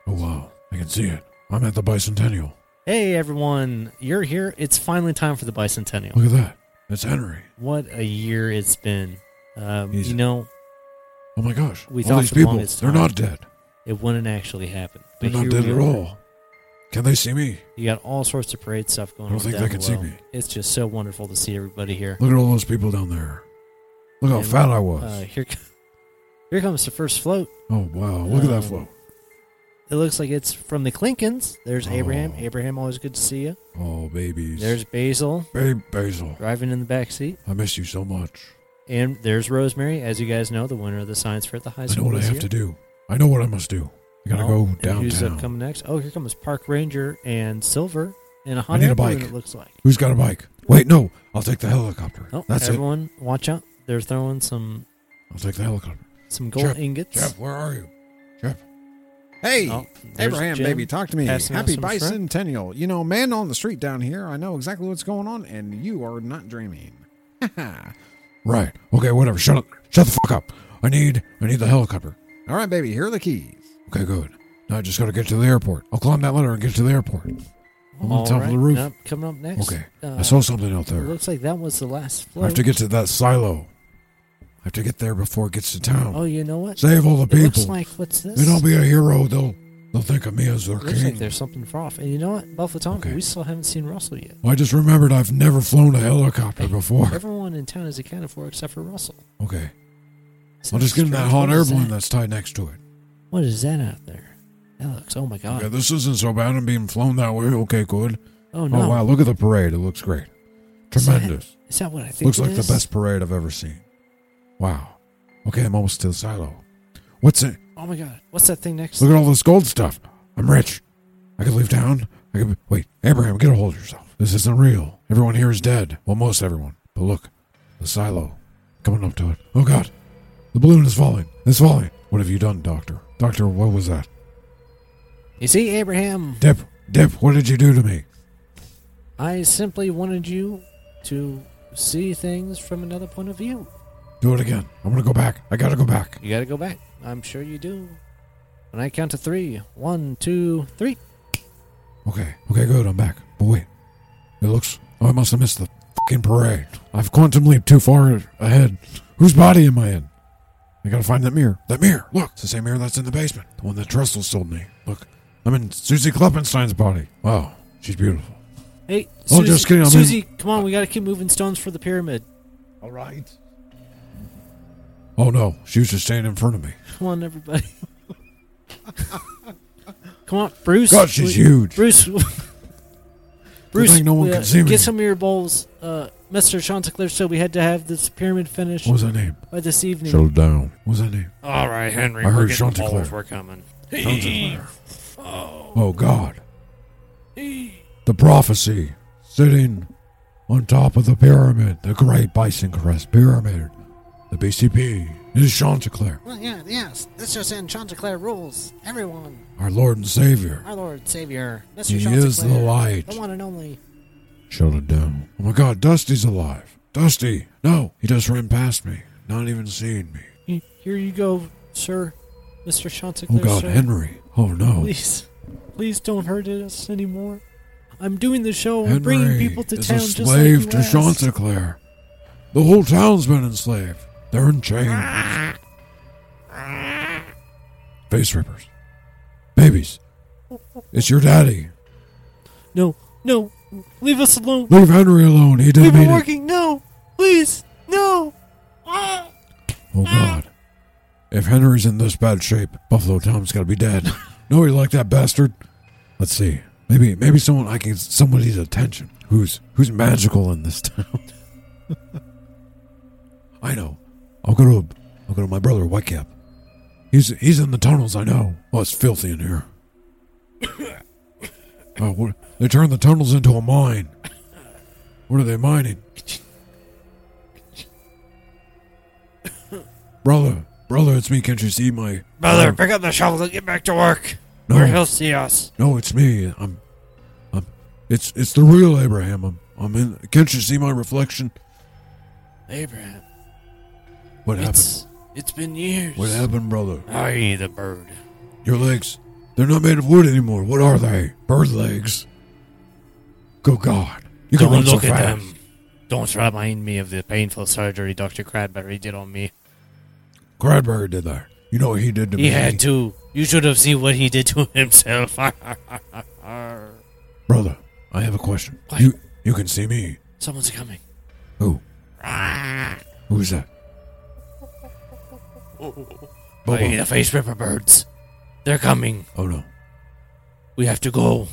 C: Oh, wow. I can see it. I'm at the bicentennial.
B: Hey everyone, you're here. It's finally time for the bicentennial.
C: Look at that. It's Henry.
B: What a year it's been. Um,
C: He's-
B: you know,
C: Oh my gosh.
B: We
C: all
B: thought
C: these
B: for the
C: people,
B: longest
C: they're
B: time-
C: not dead.
B: it wouldn't actually happen.
C: They're not
B: here
C: dead
B: we
C: at
B: are.
C: all. Can they see me?
B: You got all sorts of parade stuff going
C: I don't
B: on.
C: think
B: down
C: they can see
B: below.
C: me.
B: It's just so wonderful to see everybody here.
C: Look at all those people down there. Look how
B: And,
C: fat I was.
B: Uh, here, co- here comes the first float.
C: oh wow! Look at
B: um,
C: that float.
B: It looks like it's from the Clinkins. There's Abraham.
C: Oh.
B: Abraham, always good to see you.
C: Oh babies.
B: There's Basil
C: Babe Basil.
B: driving in the back seat,
C: I miss you so much.
B: and there's Rosemary. As you guys know, the winner of the science fair at the high
C: I know
B: school.
C: what I
B: this
C: have
B: year.
C: to do. I know what I must do. I gotta
B: Well,
C: go
B: and Who's up
C: downtown.
B: coming next? Oh, here comes Park Ranger and Silver and a
C: I need
B: Honda
C: a
B: balloon,
C: bike.
B: It looks like.
C: Who's got a bike? Wait, no. I'll take the helicopter.
B: Oh,
C: That's it.
B: everyone, watch out! They're throwing some
C: I'll take the helicopter.
B: some gold
C: Jeff,
B: ingots.
C: Jeff, where are you? Jeff.
L: Hey,
B: Oh, there's
L: Abraham,
B: Jim
L: baby, talk to me.
B: passing out
L: Happy
B: some shrimp.
L: bicentennial. You know, man on the street down here, I know exactly what's going on, and you are not dreaming. All
C: Right. Okay. Whatever. Shut up. Shut the fuck up. I need. I need the helicopter.
L: right, baby, here are the keys.
C: Okay. Good. Now I just gotta get to the airport. I'll climb that ladder and get to the airport. I'm on
B: All
C: top of the
B: right,
C: roof.
B: now, coming up next.
C: Okay.
B: uh,
C: I saw something out
B: it
C: there.
B: looks like that was the last
C: I
B: float.
C: have to get to that silo. I have to get there before it gets to town.
B: Oh, you know what?
C: Save all the
B: It looks
C: people.
B: like what's this?
C: then I'll be a hero. They'll they'll think of me as their
B: Looks like
C: king.
B: there's something off. And you know what, Buffalo Tom?
C: Okay.
B: We still haven't seen Russell yet.
C: I just remembered I've never flown a helicopter before.
B: Everyone in town is accounted for except for Russell.
C: Okay.
B: So
C: I'll just get in that
B: strange.
C: hot
B: What is
C: airplane
B: that?
C: that's tied next to it.
B: What is that out there? That looks. Oh my god.
C: Okay, this isn't so bad. I'm being flown that way. Okay, good.
B: Oh no.
C: Oh wow, look at the parade. It looks great.
B: Is that-
C: Tremendous.
B: Is that what I think?
C: Looks
B: it
C: like the
B: is?
C: best parade I've ever seen. Wow. Okay, I'm almost to the silo. What's it?
B: Oh my god. What's that thing next?
C: Look at all this gold stuff. I'm rich. I could leave town. I could wait. Abraham, get a hold of yourself. This isn't real. Everyone here is dead. Well, most everyone. But look, the silo. Coming up to it. Oh God, the balloon is falling. It's falling. What have you done, Doctor? Doctor, what was that?
B: You see, Abraham,
C: Dip, Dip, what did you do to me?
B: I simply wanted you to see things from another point of view.
C: Do it again. I'm gonna go back. I gotta go back.
B: You gotta go back. I'm sure you do. When I count to three, one, two, three.
C: Okay. Okay. Good. I'm back. But wait, it looks. Oh, I must have missed the fucking parade. I've quantum leaped too far ahead. Whose body am I in? I gotta find that mirror. That mirror. Look, it's the same mirror that's in the basement. The one that Trestle sold me. Look, I'm in Susie Kleppenstein's body. Wow, she's beautiful.
B: Hey,
C: Oh,
B: Susie,
C: just kidding, I'm in-
B: Susie, come on, we gotta keep moving stones for the pyramid.
C: All right. Oh no, she was just standing in front of me.
B: Come on, everybody. come on, Bruce.
C: God, she's
B: we-
C: huge.
B: Bruce. Bruce,
C: thing no one
B: uh,
C: can see me.
B: get some of your bowls. Uh, Mr. Chanticleer said we had to have this pyramid finished
C: What was that name?
B: by this evening.
C: Settle down. What was that name?
B: All right, Henry.
C: I
B: we're
C: heard
B: getting
C: Chanticleer.
B: balls, We're coming.
C: Chanticleer. Oh God. The prophecy sitting on top of the pyramid, the great bison crest pyramid, the BCP is Chanticleer,
F: Well, yeah, yes. This just in Chanticleer rules. Everyone,
C: our Lord and Savior.
F: our Lord Savior, Mr.
C: He
F: Chanticleer,
C: is the light.
F: the one and only.
C: Shut it down. Oh my God, Dusty's alive. Dusty! No, he just ran past me, not even seeing me.
B: He- Here you go, sir, Mr.
C: Oh
B: Chanticleer.
C: God,
B: sir.
C: Henry. Oh no.
B: Please, please don't hurt us anymore. I'm doing the show. I'm bringing
C: Henry
B: people to
C: is
B: town
C: a
B: just
C: slave
B: like
C: to
B: you asked.
C: Chanticleer. The whole town's been enslaved. They're in chains. Face rippers. Babies. It's your daddy.
B: No, no, leave us alone.
C: Leave Henry alone. He
B: We've
C: didn't
B: been
C: mean it.
B: working. No, please, no.
C: Oh, God. If Henry's in this bad shape, Buffalo Tom's got to be dead. Nobody like that bastard. Let's see. Maybe maybe someone I can get somebody's attention. Who's who's magical in this town? I know. I'll go to a, I'll go to my brother Whitecap. He's he's in the tunnels. I know. Oh, it's filthy in here. oh, what, they turned the tunnels into a mine. What are they mining? Brother, brother, it's me. Can't you see my uh,
F: Brother, pick up the shovel and get back to work,
C: No,
F: or he'll see us.
C: No, it's me. I'm, I'm, it's it's the real Abraham. I'm, I'm in. Can't you see my reflection?
F: Abraham,
C: What happened?
F: it's it's been years.
C: What happened, brother?
F: Aye, the bird.
C: Your legs, they're not made of wood anymore. What are they? Bird legs. Go God! You can
F: Don't
C: run so
F: look at
C: fast.
F: them.
E: Don't remind me of the painful surgery Dr. Cradbury did on me.
C: Cradbury did that. You know what he did to
E: He
C: me?
E: had to. You should have seen what he did to himself.
C: Brother, I have a question.
E: What?
C: You you can see me.
E: Someone's coming.
C: Who?
E: Ah.
C: Who's that?
E: By Oh.
B: Oh,
C: Bobo.
E: the face ripper birds. They're coming.
C: Oh no.
E: We have to go.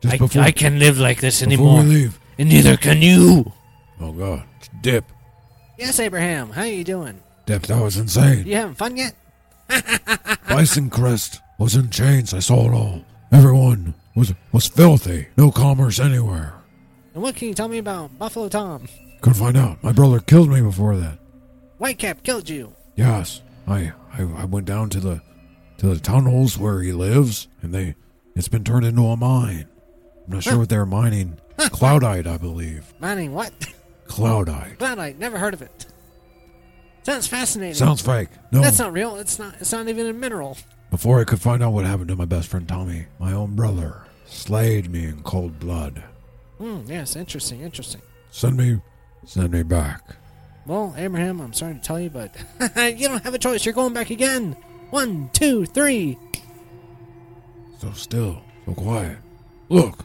C: Just
E: I,
C: before,
E: I can't live like this
C: before we
E: anymore.
C: leave.
E: And neither can you.
C: Oh god. Dip.
F: Yes, Abraham. How you doing?
C: Dip, that was insane.
F: You having fun yet?
C: Bison Crest was in chains. I saw it all. Everyone was was filthy. No commerce anywhere.
F: And what can you tell me about Buffalo Tom?
C: Couldn't find out. My brother killed me before that.
F: Whitecap killed you.
C: Yes, I, I I went down to the to the tunnels where he lives, and they it's been turned into a mine. I'm not sure what they're mining. Cloudite, I believe.
F: Mining what?
C: Cloudite
F: Glad I never heard of it. Sounds fascinating.
C: sounds fake. No,
F: That's not real. It's not. It's not even a mineral.
C: before I could find out what happened to my best friend Tommy, my own brother slayed me in cold blood.
F: Hmm. Yes. Interesting. Interesting.
C: Send me, send me back.
F: Well, Abraham, I'm sorry to tell you, but you don't have a choice. You're going back again. One, two, three.
C: So still, so quiet. Look,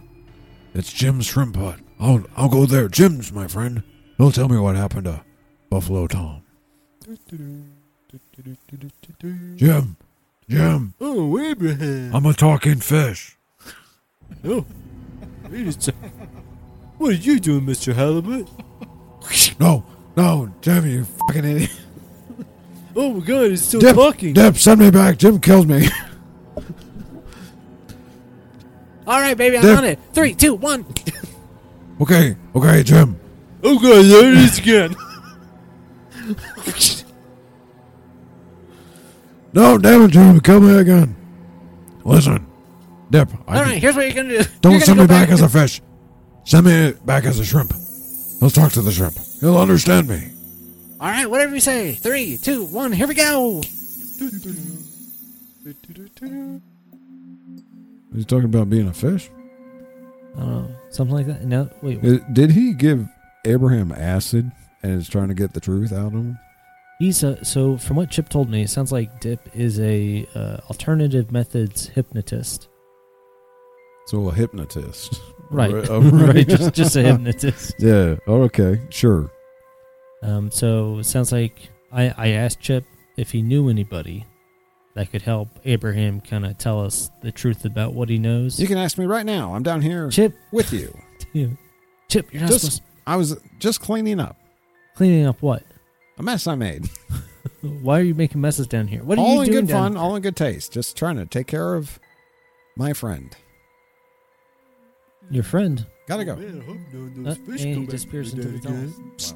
C: it's Jim's shrimp hut. I'll I'll go there. Jim's my friend. He'll tell me what happened to Buffalo Tom. Jim, Jim,
E: Oh, Abraham.
C: I'm a talking fish.
E: What are you doing, Mr. Halibut?
C: No, no, Jim, you fucking idiot.
E: Oh my god, he's still
C: Dip,
E: talking.
C: Dip, send me back. Jim killed me.
F: All right, baby, I'm
C: There-
F: on it. Three, two, one.
C: okay, okay, Jim.
E: Oh god, there it is again.
C: No, damn it, Jim, kill me again. Listen, Dip, I
F: All right, here's what you're gonna do. You're
C: Don't
F: gonna
C: send
F: go
C: me back as a fish. Send me back as a shrimp. Let's talk to the shrimp. He'll understand me.
F: All right, whatever you say. Three, two, one. Here we go.
M: He's talking about being a fish.
B: I don't know. Something like that? No, wait.
M: Uh, Did he give Abraham acid and is trying to get the truth out of him?
B: He's a, so from what Chip told me, it sounds like Dip is a uh, alternative methods hypnotist.
M: So a hypnotist.
B: Right.
M: Right,
B: Right.
M: oh, right.
B: just, just a hypnotist.
M: Yeah. Oh, okay. Sure.
B: Um, so it sounds like I, I asked Chip if he knew anybody that could help Abraham kind of tell us the truth about what he knows.
N: You can ask me right now. I'm down here
B: Chip,
N: with you.
B: you- Chip, you're not supposed
N: Just, I was just cleaning up
B: cleaning up what?
N: a mess I made.
B: Why are you making messes down here? What are
N: all
B: you
N: in
B: doing
N: good
B: down
N: fun, all in good taste. Just trying to take care of my friend.
B: Your friend.
N: Gotta go.
B: Uh, and he disappears into the tunnel.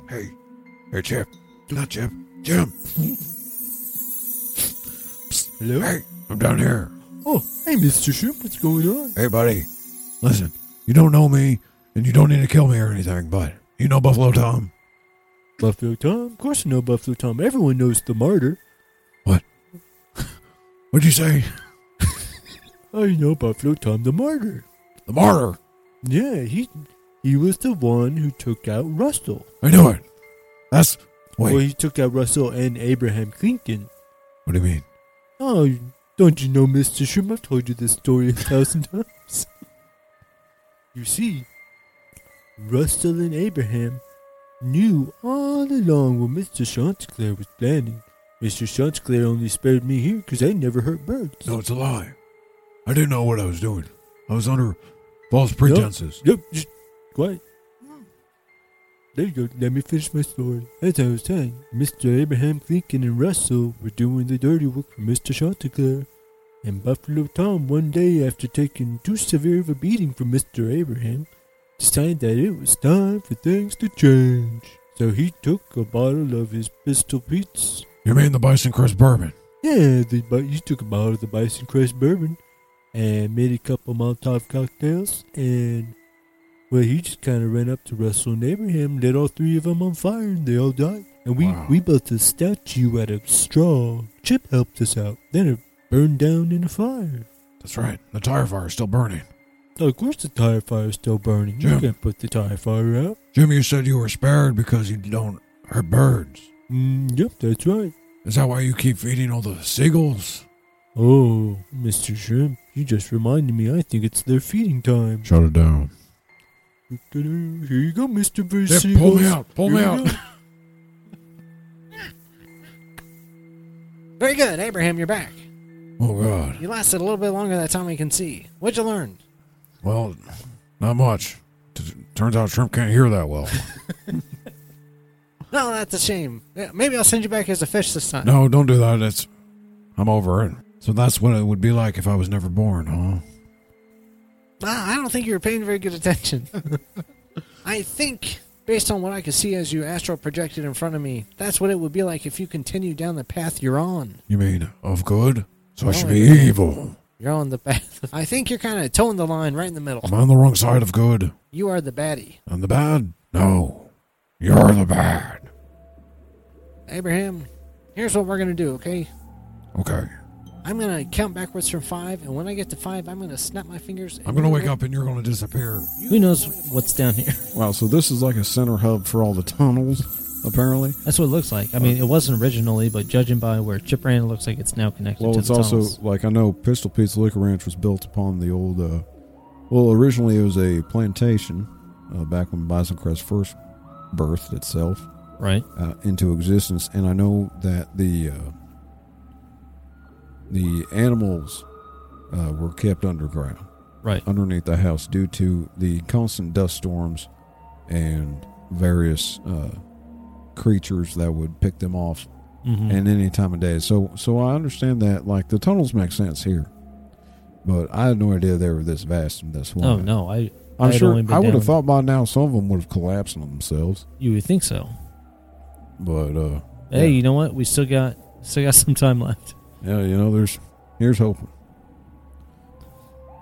C: Hey, hey, Chip. Not Chip. Jim. Hello? Hey, I'm down here.
E: Oh, hey, Mr. Shrimp, what's going on?
C: Hey, buddy. Listen, you don't know me, and you don't need to kill me or anything, but you know Buffalo Tom?
E: Buffalo Tom? Of course I know Buffalo Tom. Everyone knows the martyr.
C: What'd you say?
E: I know Buffalo Tom the martyr.
C: The martyr.
E: Yeah, he he was the one who took out Russell.
C: I knew it. That's. Wait,
E: Well, he took out Russell and Abraham Clinton.
C: what do you mean?
E: Oh, don't you know, Mr. Shrimp? I've told you this story a thousand times. You see, Russell and Abraham knew all along what Mr. Chanticleer was planning. Mr. Chanticleer only spared me here because I never hurt birds.
C: No, it's a lie. I didn't know what I was doing. I was under false pretenses.
E: Yep, just quiet. There you go. Let me finish my story. As I was saying, Mr. Abraham Lincoln and Russell were doing the dirty work for Mr. Chanticleer. And Buffalo Tom, one day after taking too severe of a beating from Mr. Abraham, decided that it was time for things to change. So he took a bottle of his Pistol Pete's.
C: You mean the Bison Crest bourbon?
E: Yeah, the, but he took a bottle of the Bison Crest bourbon and made a couple Molotov cocktails. And, well, he just kind of ran up to Russell and Abraham, lit all three of them on fire, and they all died. And we,
C: Wow.
E: we built a statue out of straw. Chip helped us out. Then it burned down in a fire.
C: That's right. The tire fire is still burning.
E: Of course, the tire fire is still burning.
D: Jim.
E: You can't put the tire fire out.
D: Jim, you said you were spared because you don't hurt birds.
E: Mm, yep, that's right.
D: Is that why you keep feeding all the seagulls?
E: Oh, Mr. Shrimp, you just reminded me. I think it's their feeding time.
C: Shut it down.
E: Here you go, Mr.
D: Jim,
E: Verseagles.
D: pull me out. Pull me out.
F: Very good, Abraham, you're back.
D: Oh, God.
F: You lasted a little bit longer that time we can see. What'd you learn?
D: Well, not much. T- turns out shrimp can't hear that well.
F: No, that's a shame. Yeah, Maybe I'll send you back as a fish this time.
D: No, don't do that. It's, I'm over it. So that's what it would be like if I was never born, huh?
F: Ah, I don't think you were paying very good attention. I think, based on what I could see as you astral projected in front of me, that's what it would be like if you continue down the path you're on.
D: You mean of good? So I
F: No,
D: should
F: I
D: be
F: don't.
D: evil.
F: You're on the path. I think you're kind of toeing the line right in the middle.
D: I'm on the wrong side of good.
F: You are the baddie.
D: And the bad? No. You're the bad.
F: Abraham, here's what we're going to do, okay?
D: Okay.
F: I'm going to count backwards from five, and when I get to five, I'm going to snap my fingers. and
D: I'm going to
F: you're
D: wake up and you're going to disappear.
E: Who knows what's down here?
C: Wow, so this is like a center hub for all the tunnels, apparently.
E: That's what it looks like. I mean, it wasn't originally, but judging by where Chip ran, it looks like it's now connected
C: Well,
E: to
C: it's
E: the
C: also
E: tunnels.
C: like I know Pistol Pete's Liquor Ranch was built upon the old. Uh, well, originally it was a plantation uh, back when Bison Crest first birthed itself
E: Right?
C: uh, into existence, and I know that the uh, the animals uh, were kept underground,
E: Right.
C: underneath the house due to the constant dust storms and various uh, creatures that would pick them off
E: Mm-hmm.
C: and any time of day. So so I understand that like the tunnels make sense here. But I had no idea they were this vast and this wide.
E: oh, no. I,
C: I'm
E: I'd
C: sure
E: only been
C: I would
E: down-
C: have thought by now some of them would have collapsed on themselves.
E: You would think so.
C: But uh
E: Hey,
C: Yeah.
E: you know what? We still got still got some time left.
C: yeah, you know, there's here's hoping.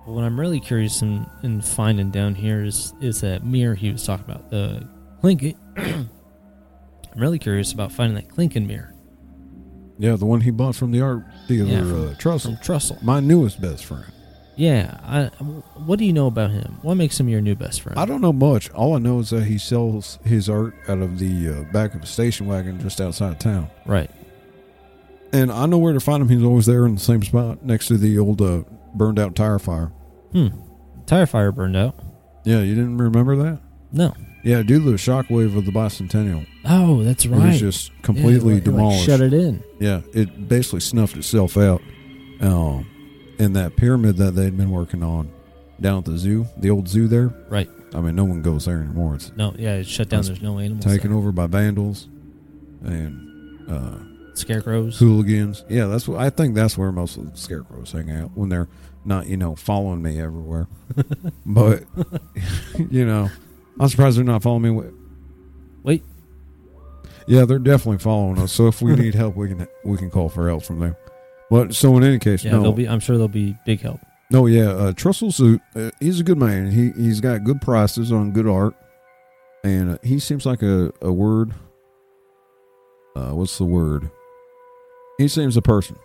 E: But what I'm really curious in, in finding down here is is that mirror he was talking about the Clinket. I'm really curious about finding that Clinkin mirror
C: Yeah, the one he bought from the art dealer,
E: Yeah,
C: uh, Trussell.
E: from Trussell.
C: My newest best friend.
E: Yeah, I, what do you know about him? What makes him your new best friend?
C: I don't know much. All I know is that he sells his art out of the uh, back of a station wagon just outside town.
E: right.
C: And I know where to find him. He's always there in the same spot next to the old uh, burned out tire fire.
E: Hmm. Tire fire burned out.
C: Yeah, you didn't remember that?
E: No.
C: Yeah, due to the shockwave of the bicentennial,
E: Oh, that's
C: it
E: right.
C: was just completely
E: Yeah, it, like,
C: demolished.
E: shut it in.
C: yeah, it basically snuffed itself out. Um, and that pyramid that they'd been working on down at the zoo, the old zoo there.
E: Right.
C: I mean, no one goes there anymore. It's
E: No. Yeah, it shut down.
C: That's
E: There's no animals.
C: taken
E: there.
C: over by vandals and uh,
E: Scarecrows.
C: hooligans. Yeah, that's what I think. That's where most of the scarecrows hang out when they're not, you know, following me everywhere. but you know, I'm surprised they're not following me. wi-
E: Wait.
C: Yeah, they're definitely following us. So if we need help, we can we can call for help from there. But so in any case,
E: Yeah,
C: no,
E: they'll be. I'm sure they'll be big help.
C: no, yeah, uh, Trussell's a, uh, he's a good man. He he's got good prices on good art, and uh, he seems like a a word. Uh, what's the word? He seems a person.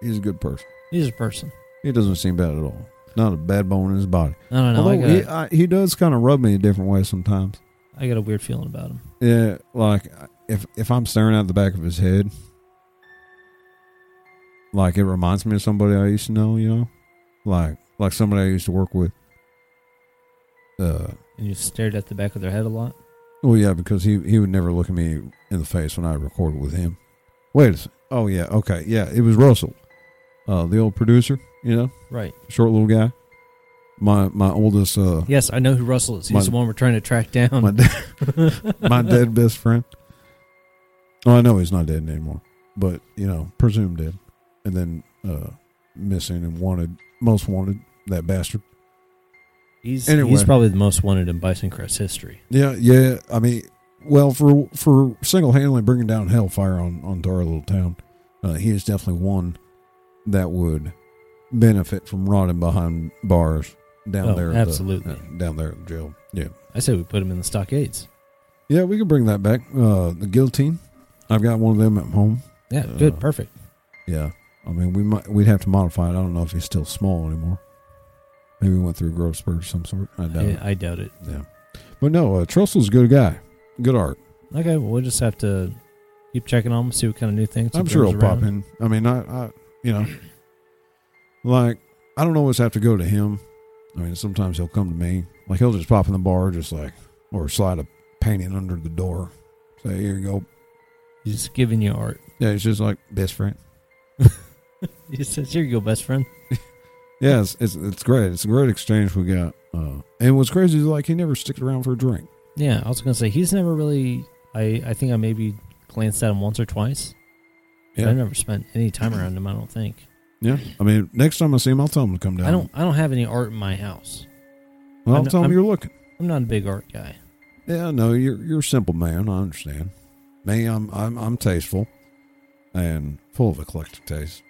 C: He's a good person.
E: He's a person.
C: He doesn't seem bad at all. Not a bad bone in his body.
E: I don't know. I
C: Although
E: got,
C: he, I, he does kind of rub me a different way sometimes.
E: I got a weird feeling about him.
C: Yeah, like if if I'm staring out the back of his head, like it reminds me of somebody I used to know. You know, like like somebody I used to work with. Uh,
E: And you stared at the back of their head a lot.
C: well, yeah, because he he would never look at me in the face when I recorded with him. Wait a second. Oh yeah, okay, yeah, it was Russell, uh, the old producer. You know,
E: Right.
C: short little guy. My my oldest uh,
E: Yes, I know who Russell is. He's
C: My-
E: the one we're trying to track down.
C: my dad, my dead best friend. Oh, I know he's not dead anymore, but you know, presumed dead, and then uh, missing and wanted, most wanted that bastard.
E: he's
C: anyway.
E: he's probably the most wanted in Bison Crest history.
C: Yeah, yeah. I mean, well, for for single handedly bringing down hellfire on onto our little town, uh, he is definitely one that would benefit from rotting behind bars down
E: Oh,
C: there. at the-
E: absolutely.
C: uh, down there at the jail. Yeah.
E: I say we put him in the stockades.
C: Yeah, we can bring that back. Uh, the guillotine. I've got one of them at home.
E: Yeah.
C: Uh,
E: good. Perfect.
C: Yeah, I mean we might we'd have to modify it. I don't know if he's still small anymore. Maybe went through a growth spurt of some sort. I doubt
B: I,
C: it.
B: I doubt it.
C: But no, uh, Trussel's a good guy. Good art.
B: Okay, well, we'll just have to keep checking on him, see what kind of new things. he
C: I'm sure
B: brings
C: he'll pop
B: around.
C: in. I mean, I, I, you know, like I don't always have to go to him. I mean, sometimes he'll come to me. Like he'll just pop in the bar, just like or slide a painting under the door. Say, here you go.
B: He's just giving you art.
C: Yeah, it's just like best friend.
B: He says, "Here you go, best friend."
C: Yeah, it's, it's it's great. It's a great exchange we got. Uh, and what's crazy is like he never sticks around for a drink.
B: Yeah, I was gonna say he's never really. I I think I maybe glanced at him once or twice. but
C: Yeah.
B: I've never spent any time around him. I don't think.
C: Yeah, I mean, next time I see him, I'll tell him to come down.
B: I don't. I don't have any art in my house.
C: I'll
B: I'm-
C: tell him
B: I'm-
C: you're looking.
B: I'm not a big art guy.
C: Yeah, no, you're you're a simple man. I understand. Me, I'm I'm I'm tasteful and full of eclectic taste.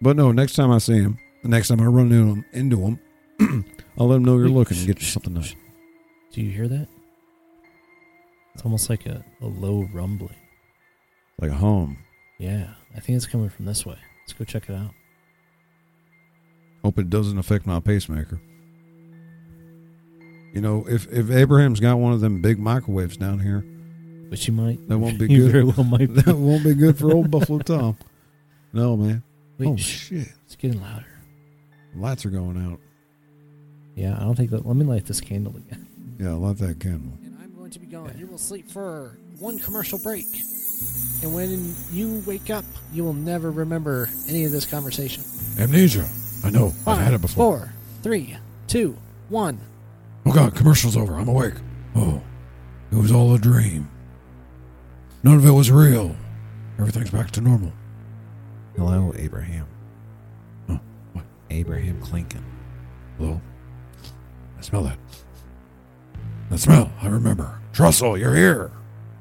C: But no, next time I see him, the next time I run into him, into him, I'll let him know you're looking and get you something nice.
B: Do you hear that? It's almost like a, a low rumbling.
C: Like a home.
B: Yeah, I think it's coming from this way. Let's go check it out.
C: Hope it doesn't affect my pacemaker. You know, if if Abraham's got one of them big microwaves down here,
B: But you might.
C: that won't be
B: You very
C: good.
B: well might.
C: That won't be good for old Buffalo Tom. No, man.
B: Wait,
C: oh
B: shh,
C: shit,
B: it's getting louder.
C: lights are going out.
B: Yeah, I don't think that. Let me light this candle again.
C: Yeah, light that candle.
F: and I'm going to be gone. You will sleep for one commercial break. And when you wake up, you will never remember any of this conversation.
O: Amnesia. I know. I've had it
F: Five,
O: before.
F: Four, three, two, one.
O: Oh god, commercial's over. I'm awake. Oh, it was all a dream. None of it was real. Everything's back to normal.
P: Hello, Abraham.
O: Huh, what?
P: Abraham Clinken.
O: Hello? I smell that. That smell, I remember. Trussell, you're here.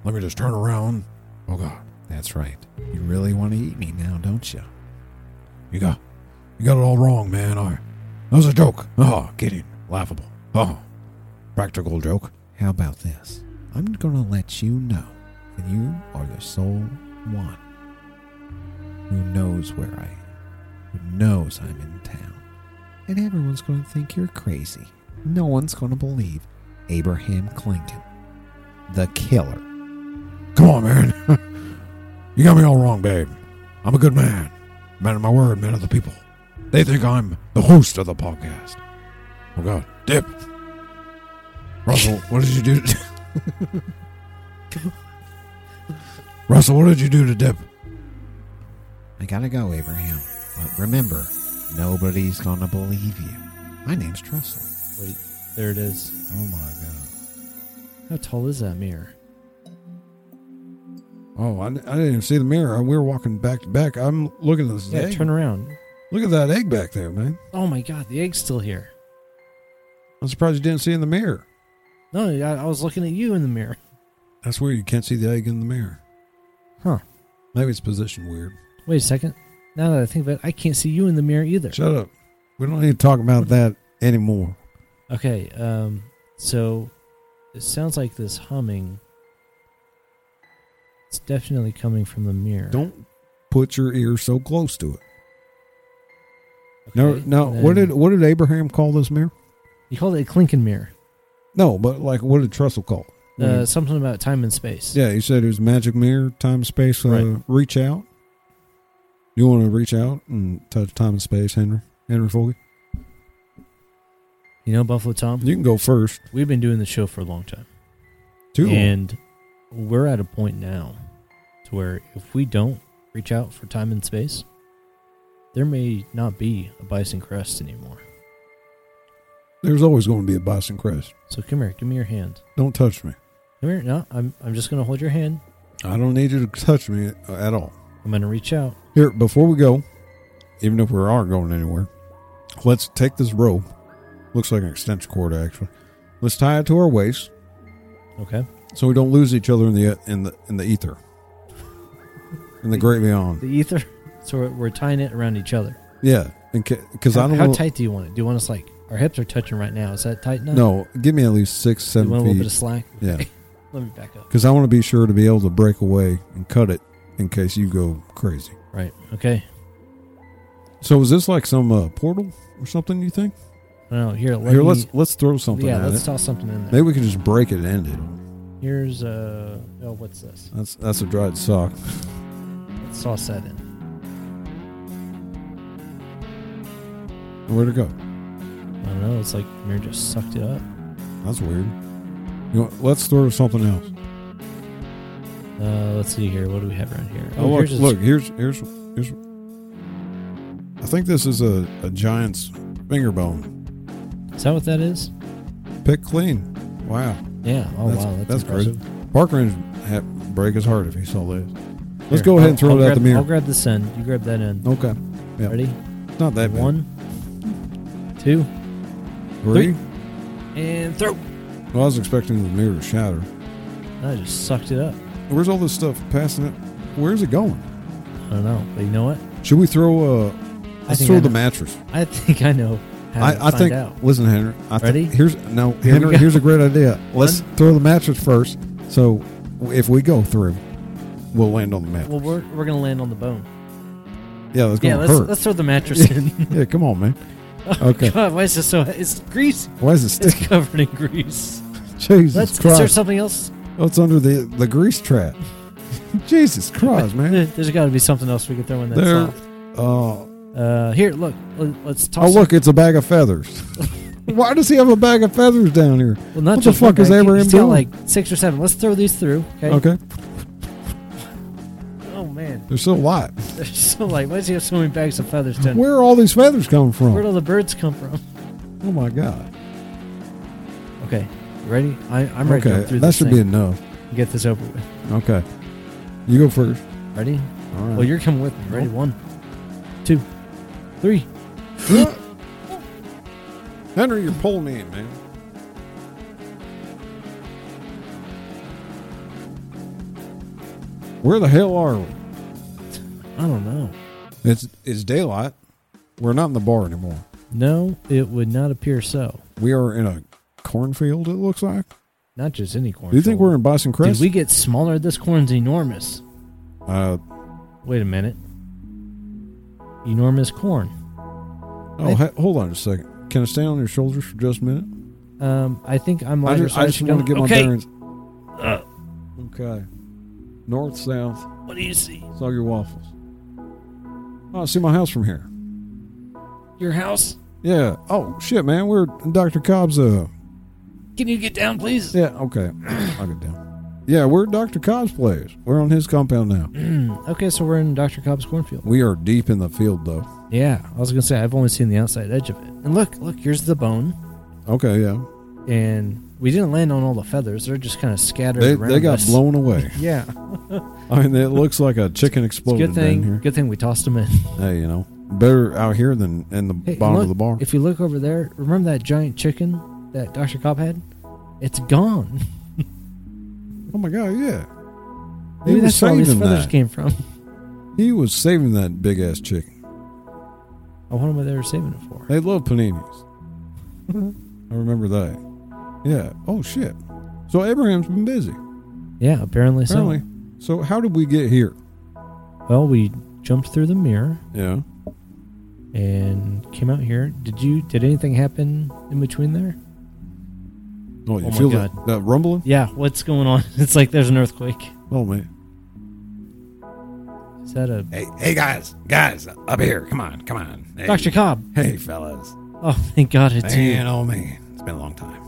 O: Let me just turn around. Oh god.
P: That's right. You really want to eat me now, don't you?
O: You got you got it all wrong, man. I that was a joke. Oh, kidding. Laughable. Oh. Practical joke.
P: How about this? I'm going to let you know that you are the sole one who knows where I am, who knows I'm in town. And everyone's going to think you're crazy. No one's going to believe Abraham Clinton, the killer.
O: Come on, man. you got me all wrong, babe. I'm a good man. Man of my word, man of the people. They think I'm the host of the podcast. Oh god. Dip. Russell, what did you do? to- Russell, what did you do to Dip?
P: I gotta go, Abraham. But remember, nobody's gonna believe you. My name's Trussell.
B: Wait, there it is.
P: Oh my god.
B: How tall is that mirror?
C: Oh, I, I didn't even see the mirror. We were walking back to back. I'm looking at this
B: Yeah,
C: egg.
B: turn around.
C: Look at that egg back there, man.
B: Oh my god, the egg's still here.
C: I'm surprised you didn't see it in the mirror.
B: No, I, I was looking at you in the mirror.
C: That's weird. You can't see the egg in the mirror.
B: Huh.
C: Maybe it's position weird.
B: Wait a second. Now that I think of it, I can't see you in the mirror either.
C: Shut up. We don't need to talk about that anymore.
B: Okay, um, so it sounds like this humming. It's definitely coming from the mirror.
C: Don't put your ear so close to it.
B: Okay,
C: No, no. What
B: then-
C: did what did Abraham call this mirror?
B: you called it a Clinken mirror?
C: No, but like what did Trussell call? it?
B: Uh, something about time and space.
C: yeah, he said it was magic mirror, time space, uh,
B: Right.
C: reach out. You want to reach out and touch time and space, Henry Henry Foley.
B: You know, Buffalo Tom,
C: You can go first.
B: we've been doing the show for a long time.
C: Two.
B: And we're at a point now to where if we don't reach out for time and space, there may not be a bison crest anymore.
C: There's always going to be a bison crest.
B: So come here, give me your hand.
C: Don't touch me.
B: Come here. No, I'm I'm just gonna hold your hand.
C: I don't need you to touch me at all.
B: I'm gonna reach out.
C: Here, before we go, even if we are going anywhere, let's take this rope. Looks like an extension cord, actually. Let's tie it to our waist
B: Okay.
C: so we don't lose each other in the in the in the ether, in the great beyond.
B: The ether. So we're, we're tying it around each other.
C: Yeah, because I
B: How,
C: don't
B: how
C: know.
B: tight do you want it? Do you want us like our hips are touching right now? Is that tight enough?
C: No, give me at least six,
B: Do you want a
C: seven
B: little bit of
C: feet.
B: slack?
C: Yeah,
B: Let me back up.
C: because I want to be sure to be able to break away and cut it in case you go crazy.
B: Right. Okay.
C: So is this like some uh, portal or something? You think?
B: No, here, let
C: Here,
B: me-
C: let's let's throw something
B: yeah,
C: at
B: let's
C: it.
B: toss something in there.
C: Maybe we can just break it and end it.
B: Here's uh, oh, what's this?
C: That's that's a dried sock.
B: Let's toss that in.
C: Where'd it go?
B: I don't know. It's like Mir just sucked it up.
C: That's weird. You know, what, let's throw something else.
B: Uh, let's see here. What do we have around here?
C: Oh, look,
B: here's a-
C: look, here's here's here's. I think this is a, a giant's finger bone.
B: Is that what that is?
C: Pick clean. Wow,
B: Yeah. Oh
C: that's,
B: wow, that's,
C: that's
B: impressive.
C: crazy. Parker'd ha- break his heart if he saw this. Let's
B: Here,
C: go ahead
B: I'll-
C: and throw
B: I'll
C: it out
B: grab-
C: the mirror.
B: I'll grab this end. You grab that end.
C: Okay, yeah.
B: Ready?
C: it's not that bad.
B: One, two,
C: three.
B: and throw.
C: Well, I was expecting the mirror to shatter.
B: I just sucked it up.
C: Where's all this stuff passing it? Where's it going?
B: I don't know, but you know what?
C: Should we throw? Uh, let's
B: think
C: throw
B: I
C: the
B: know.
C: mattress.
B: I think I know how to
C: I, I
B: find
C: think.
B: out.
C: Listen, Henry. I thi-
B: Ready?
C: here's no.
B: Here we
C: Henry,
B: go.
C: here's a great idea. Let's throw the mattress first. So if we go through, we'll land on the mattress.
B: Well, we're, we're gonna land on the bone.
C: yeah, that's
B: Yeah,
C: gonna
B: let's
C: hurt.
B: let's throw the mattress in. Oh,
C: yeah, come on, man. Okay.
B: God, why is this so? It's grease.
C: Why is it
B: It's
C: sticky?
B: covered in grease.
C: Jesus
B: Let's is there
C: Christ!
B: something else?
C: Oh, it's under the the grease trap. Jesus Christ, man.
B: There's got to be something else we could throw in that.
C: There-
B: soft.
C: Uh,
B: Uh, here, look. Let- Let's toss.
C: oh, look, it's a bag of feathers. Why does he have a bag of feathers down here?
B: it. Well, not
C: what the
B: just
C: fuck
B: one
C: is
B: guy.
C: Abraham
B: He's got
C: doing?
B: like six or seven. Let's throw these through. Okay.
C: Okay,
B: Oh man,
C: there's still a lot.
B: they're so like. Why does he have so many bags of feathers? Down?
C: Where are all these feathers coming from?
B: Where'd all the birds come from?
C: Oh my god.
B: Okay, you ready? I, I'm ready to
C: okay,
B: go through
C: that
B: this
C: should be
B: thing
C: enough.
B: and get this over with.
C: Okay, you go first.
B: Ready?
C: All right.
B: Well, you're coming with me. Ready? One, two, three.
C: Henry, you're pulling me in, man. Where the hell are we?
B: I don't know.
C: It's it's daylight. We're not in the bar anymore.
B: No, it would not appear so.
C: We are in a cornfield. It looks like.
B: Not just any corn.
C: Do you think we're in Bison
B: Did
C: Crest?
B: we get smaller? This corn's enormous.
C: uh,
B: Wait a minute. Enormous corn.
C: oh, ha- hold on just a second. Can I stand on your shoulders for just a minute?
B: Um, I think I'm
C: I
B: lighter.
C: just, I just want to get my
B: okay.
C: bearings. Okay. North, south.
B: What do you see?
C: Saw your waffles. Oh, I see my house from here.
B: Your house?
C: Yeah. Oh shit, man. We're in Dr. Cobb's. Uh.
B: Can you get down, please?
C: Yeah. Okay. I'll get down. Yeah, we're at Dr. Cobb's place. We're on his compound now.
B: okay, so we're in Dr. Cobb's cornfield.
C: We are deep in the field, though.
B: Yeah, I was gonna say I've only seen the outside edge of it. And look, look, here's the bone.
C: Okay. Yeah.
B: And we didn't land on all the feathers; they're just kind of scattered
C: They,
B: around.
C: they got
B: us.
C: blown away.
B: Yeah,
C: I mean, it looks like a chicken exploded
B: good thing.
C: down here.
B: Good thing we tossed them in.
C: Hey, you know, better out here than in the
B: Hey,
C: bottom
B: look,
C: of the bar.
B: If you look over there, remember that giant chicken that Dr. Cobb had? It's gone.
C: oh my god! Yeah. He
B: Maybe
C: was
B: that's where all these
C: saving
B: feathers
C: that.
B: came from.
C: He was saving that big ass chicken.
B: I wonder what they were saving it for.
C: They love paninis.
B: Mm-hmm.
C: I remember that. Yeah. Oh shit. So Abraham's been busy.
B: Yeah, apparently so.
C: Apparently. So, how did we get here?
B: Well, we jumped through the mirror
C: Yeah.
B: and came out here. Did you? Did anything happen in between there?
C: Oh, you
B: Oh my
C: feel that, that rumbling?
B: Yeah, what's going on? It's like there's an earthquake.
C: Oh man.
B: Is that a
D: Hey, hey guys, guys, up here. Come on, come on. Hey,
B: Dr. Cobb?
D: Hey, fellas.
B: Oh, thank God it's
D: Man,
B: you.
D: oh man, it's been a long time.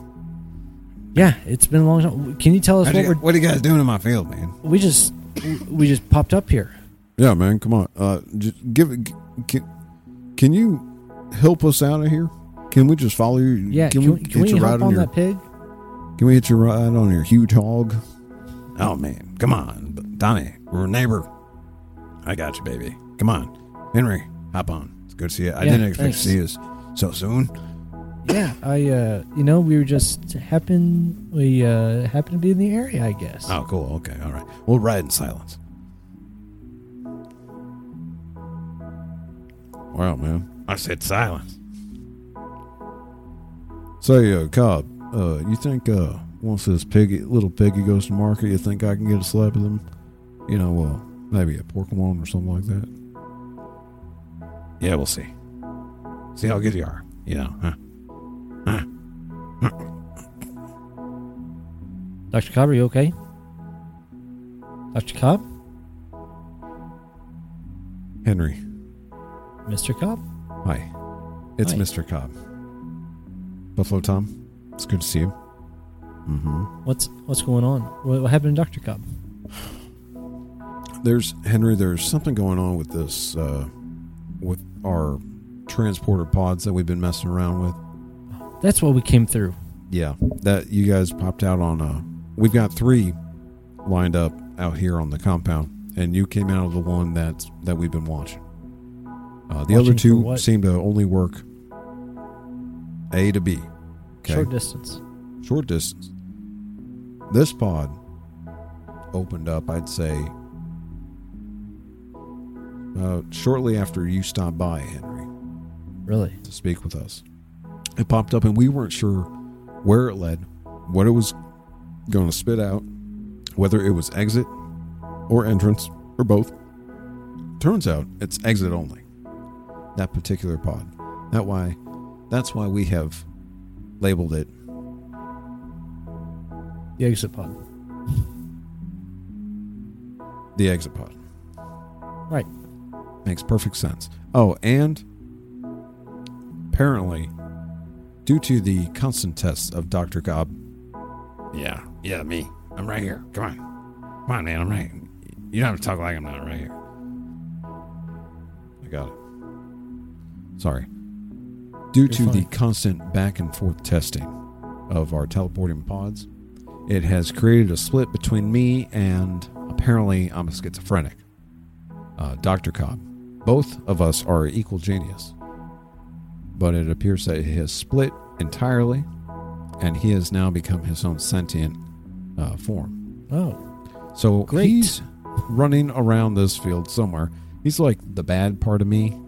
B: Yeah, it's been a long time. Can you tell us
D: What,
B: what
D: you,
B: we're?
D: what are you guys doing in my field, man?
B: We just we just popped up here.
C: Yeah, man. Come on. Uh, just give. it- Can, can you help us out of here? Can we just follow you?
B: Yeah, can, we, can we
C: you
B: hop
C: on
B: on
C: your?
B: that pig?
C: Can we hit your ride on your huge hog?
D: Oh man, come on, Donnie, we're a neighbor. I got you, baby. Come on, Henry, hop on. It's good to see you. I
B: Yeah,
D: didn't expect to see
B: thanks.
D: us so soon.
B: Yeah, I uh, you know we were just happen we uh happened to be in the area, I guess.
C: Ah.
D: Oh, cool. Okay, all right. We'll ride in silence.
C: Wow, man.
D: I said silence.
C: Say, uh, Cobb, uh, you think uh, once this piggy, little piggy goes to market, you think I can get a slab of them? You know, uh, maybe a pork loin or something like that.
D: Yeah, we'll see. See how good you are. You know, huh?
B: Dr. Cobb, are you okay? Dr. Cobb?
C: Henry,
B: Mr. Cobb?
C: hi. It's
B: Hi.
C: Mr. Cobb. Buffalo Tom, it's good to see you. Mm-hmm.
B: What's what's going on? What, what happened to Dr. Cobb?
C: There's Henry. There's something going on with this, uh, with our transporter pods that we've been messing around with.
B: That's what we came through.
C: Yeah, that you guys popped out on. Uh, we've got three lined up out here on the compound, and you came out of the one that's that we've been watching. Uh, the
B: Watching
C: other
B: for
C: two
B: what?
C: seem to only work A to B. Okay,
B: Short distance.
C: short distance. This pod opened up, I'd say, uh, shortly after you stopped by, Henry
B: Really?
C: to speak with us. It popped up, and we weren't sure where it led, what it was going to spit out, whether it was exit or entrance or both. Turns out it's exit only. That particular pod. That why. That's why we have labeled it
B: The exit pod.
C: the exit pod.
B: Right.
C: Makes perfect sense. Oh, and apparently, due to the constant tests of Dr. Gob,
Q: Yeah, yeah, me. I'm right here. Come on. Come on, man. I'm right. You don't have to talk like I'm not right here.
C: I got it. Sorry. Due to the
B: fine.
C: constant back and forth testing of our teleporting pods, it has created a split between me and apparently I'm a schizophrenic. Uh, Dr. Cobb. Both of us are equal genius. But it appears that he has split entirely and he has now become his own sentient uh, form.
B: Oh.
C: So
B: Great.
C: he's running around this field somewhere. He's like the bad part of me,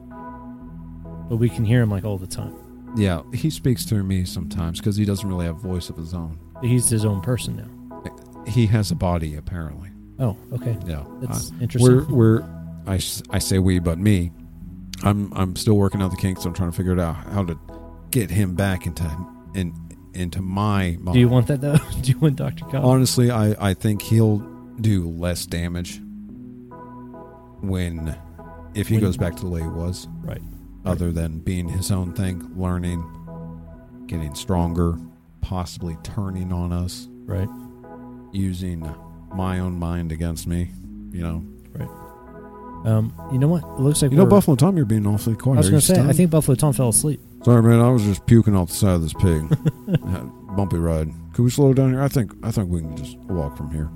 B: But we can hear him like all the time.
C: Yeah, he speaks through me sometimes because he doesn't really have voice of his own.
B: He's his own person now.
C: He has a body apparently.
B: Oh, okay.
C: Yeah,
B: That's
C: I,
B: interesting.
C: Uh, we're we're I, s- I say we, but me. I'm I'm still working out the kinks. I'm trying to figure it out how to get him back into in into my mind.
B: Do you want that though? Do you want Dr. Cobb?
C: Honestly, I I think he'll do less damage when if he
B: When-
C: goes back to the way he was,
B: right.
C: other than being his own thing, learning, getting stronger, possibly turning on us.
B: Right.
C: using my own mind against me. You know,
B: Um, you know what? It looks like
C: you know,
B: we're-
C: Buffalo Tom, you're being awfully quiet.
B: I was
C: Are
B: gonna
C: you
B: say, I
C: stunned?
B: think Buffalo Tom fell asleep.
C: Sorry, man, I was just puking off the side of this pig. Uh, Bumpy ride. Could we slow down here? I think I think we can just walk from here.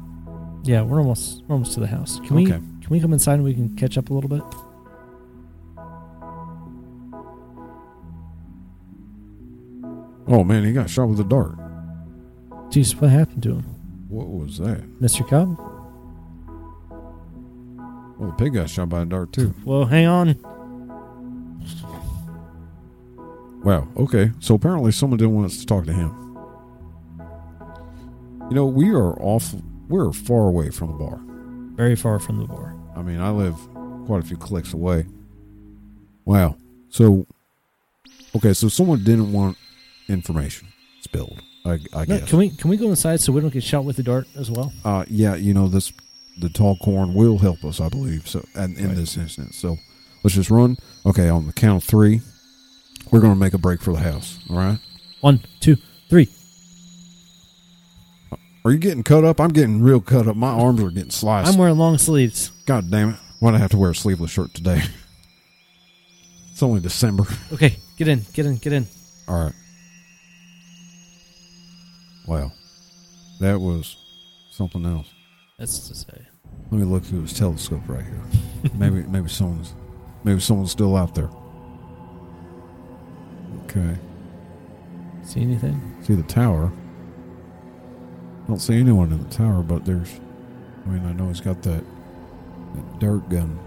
B: Yeah, we're almost we're almost to the house. Can we
C: Okay.
B: can we come inside and we can catch up a little bit?
C: Oh man, he got shot with a dart.
B: Jeez, what happened to him,
C: What was that?
B: Mr. Cobb?
C: Well, the Oh, pig got shot by a dart too.
B: Well, hang on.
C: Wow. Okay. So apparently someone didn't want us to talk to him. You know, we are off. We're far away from the bar.
B: Very far from the bar.
C: I mean, I live quite a few clicks away. Wow. So, okay, so someone didn't want information spilled. I, I
B: No,
C: guess.
B: can we can we go inside so we don't get shot with the dart as well?
C: uh, yeah, you know this. The tall corn will help us, I believe. So, and in this instance, so let's just run. Okay, on the count of three, we're gonna make a break for the house. All right.
B: One, two, three.
C: Are you getting cut up? I'm getting real cut up. My arms are getting sliced.
B: I'm wearing long sleeves.
C: God damn it! Why'd I have to wear a sleeveless shirt today? it's only December.
B: Okay, get in, get in, get in.
C: All right. Wow. That was something else.
B: That's to say.
C: Let me look through this telescope right here. maybe maybe someone's maybe someone's still out there. Okay.
B: See anything?
C: See the tower. Don't see anyone in the tower, but there's I mean I know he's got that, that dirt gun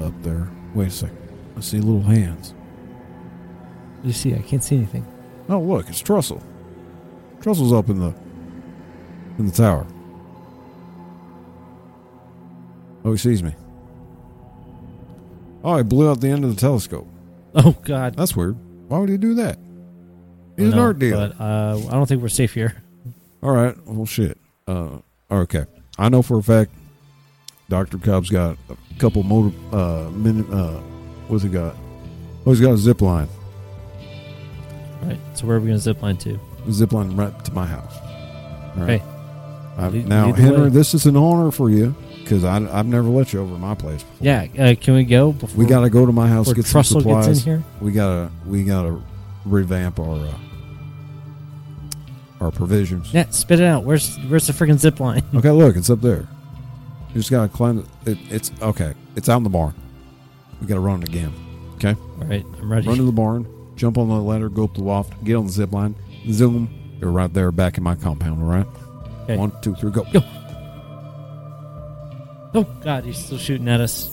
C: up there. Wait a second. I see little hands.
B: You see, I can't see anything.
C: Oh look, it's Trussell. Trussell's up in the in the tower. Oh, he sees me. Oh, he blew out the end of the telescope.
B: Oh God.
C: That's weird. Why would he do that? He's
B: No,
C: an art dealer.
B: But uh, I don't think we're safe here.
C: All right. Well, shit. Uh, okay, I know for a fact, Doctor Cobb's got a couple motor. Uh, min, uh, what's he got? Oh, he's got a zip line.
R: Right. So where are we going to zip line to?
C: Zip line right to my house. All
R: Hey.
C: I,
R: Lead-
C: now,
R: lead the
C: Henry,
R: way.
C: this is an honor for you because I've never let you over my place. Before.
R: Yeah. Uh, can we go before
C: We got to go to my house
R: before
C: get some
R: Trussell
C: supplies.
R: gets in here?
C: We gotta we gotta revamp our uh, our provisions.
R: Yeah. Spit it out. Where's Where's the freaking zip line?
C: Okay, look, it's up there. You just gotta climb. the- It, it's okay. It's out in the barn. We gotta run it again.
R: All right. I'm ready.
C: Run to the barn. Jump on the ladder. Go up the loft. Get on the zip line. Zoom. You're right there, back in my compound. All right.
R: Okay.
C: One, two, three, go.
R: Go. Oh God, he's still shooting at us.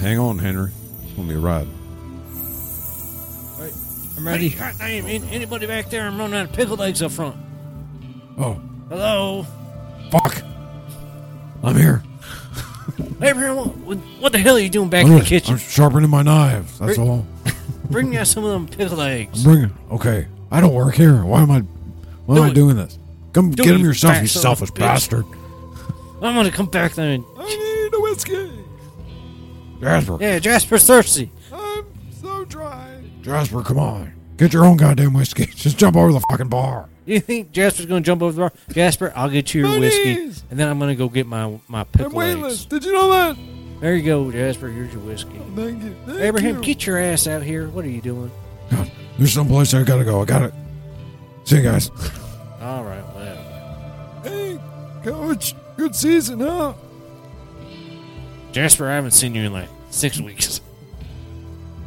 C: Hang on, Henry. It's gonna be a ride.
R: I'm ready.
B: God damn, an- anybody back there? I'm running out of pickled eggs up front.
S: Oh,
B: Hello?
S: fuck. I'm here.
B: Hey, man, what, what the hell are you doing back
S: I'm,
B: in the
S: here.
B: kitchen?
S: I'm sharpening my knives. That's
B: Right.
S: all.
B: Bring me out some of them pickled
S: I'm
B: eggs.
S: bringing. Okay. I don't work here. Why am I? Why
B: Do
S: am I
B: it.
S: doing this? Come
B: Do
S: get
B: it,
S: him
B: you
S: yourself, you
B: fat son of a
S: selfish
B: bitch.
S: bastard.
B: I'm gonna come back there and.
S: I need a whiskey. Jasper.
B: Yeah, Jasper's thirsty.
S: I'm so dry. Jasper, come on. Get your own goddamn whiskey. Just jump over the fucking bar.
B: You think Jasper's gonna jump over the bar? Jasper, I'll get you your
S: My
B: whiskey,
S: knees.
B: and then I'm gonna go get my my pickled eggs.
S: Did you know that?
B: There you go, Jasper. Here's your whiskey.
S: Thank you. Thank
B: Abraham, get your ass out here. What are you doing?
S: God, there's someplace I gotta go. I gotta. See you guys.
B: All right, well.
S: Hey, coach. Good season, huh?
B: Jasper, I haven't seen you in like six weeks.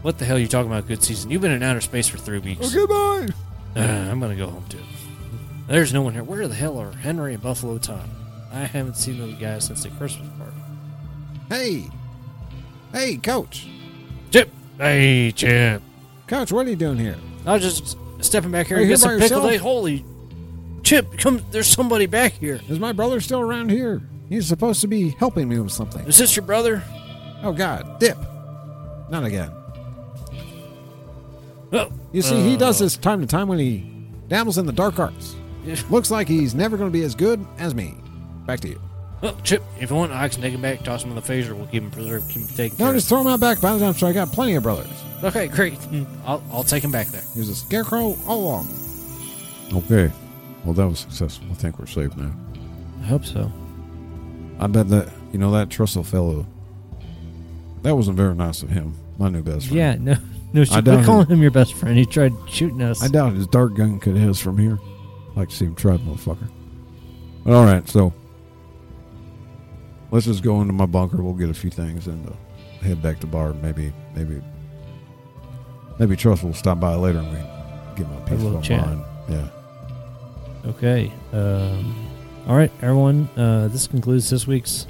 B: What the hell are you talking about? Good season. You've been in outer space for three weeks.
S: bye.
B: Uh, I'm gonna go home too. There's no one here. Where the hell are Henry and Buffalo Tom? I haven't seen those guys since the Christmas party.
T: Hey, hey, coach,
B: Chip, hey Chip.
T: coach, what are you doing here?
B: I was just stepping back here
T: Are
B: and
T: you
B: get
T: here
B: some
T: by
B: pickled
T: yourself?
B: egg. Holy Chip, come! There's somebody back here.
T: Is my brother still around here? He's supposed to be helping me with something.
B: Is this your brother?
T: Oh God, dip! Not again.
B: Oh,
T: You see, he does this time to time when he dabbles in the dark arts.
B: Yeah.
T: Looks like he's never going to be as good as me. Back to you.
B: oh, Chip, if you want, I can take him back, toss him in the phaser. We'll keep him preserved, keep him taken
T: No,
B: care
T: just throw him out back by the dumpster. I got plenty of brothers.
B: of. Okay, great. Mm, I'll, I'll take him back there.
T: He was a scarecrow all along.
C: Okay. Well, that was successful. I think we're safe now.
R: I hope so.
C: I bet that you know that Trussell fellow. That wasn't very nice of him. My new best friend.
R: Yeah. No. No. Shit.
C: doubt
R: Quit
C: it.
R: calling him your best friend. He tried shooting us.
C: I doubt his dark gun could hit us from here. Like to see him try, motherfucker. But all right, so let's just go into my bunker. We'll get a few things and uh, head back to bar. Maybe, maybe, maybe Trust will stop by later and we can get my peace
R: little
C: of
R: chat.
C: mind. Yeah.
R: Okay. Um, all right, everyone. Uh, this concludes this week's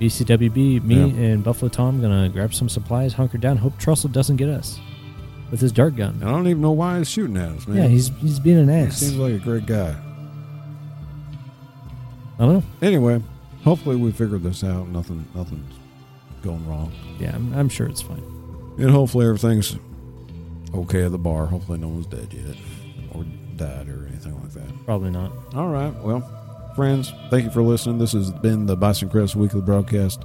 R: BCWB. Me
C: Yeah.
R: and Buffalo Tom gonna grab some supplies, hunker down. Hope Trussell doesn't get us with his dart gun.
C: And I don't even know why he's shooting at us, man.
R: Yeah, he's he's being an
C: he
R: ass.
C: seems like a great guy.
R: I don't know.
C: Anyway, hopefully we figured this out. Nothing, nothing's going wrong.
R: Yeah, I'm, I'm sure it's fine.
C: And hopefully everything's okay at the bar. Hopefully no one's dead yet or died or anything like that.
R: Probably not.
C: All right. Well, friends, thank you for listening. This has been the Bison Crest Weekly Broadcast.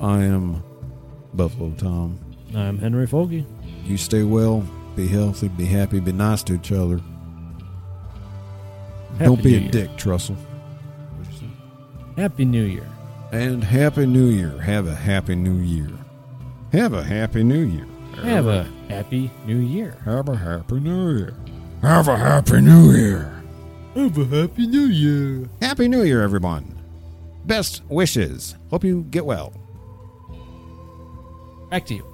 C: I am Buffalo Tom.
R: I'm Henry Foley.
C: You stay well, be healthy, be happy, be nice to each other.
R: Happy
C: Don't be
R: New
C: a
R: Year.
C: dick, Trussell.
R: Happy New Year.
C: And Happy New Year. Have a Happy New Year. Have a Happy New Year.
R: Have a happy New Year.
C: Have a Happy New Year.
S: Have a happy new year.
C: Have a Happy New Year.
T: Happy New Year, everyone. Best wishes. Hope you get well.
R: Back to you.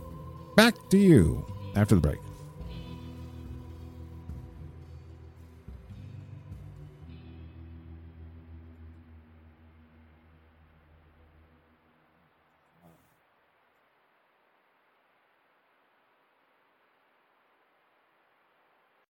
T: Back to you after the break.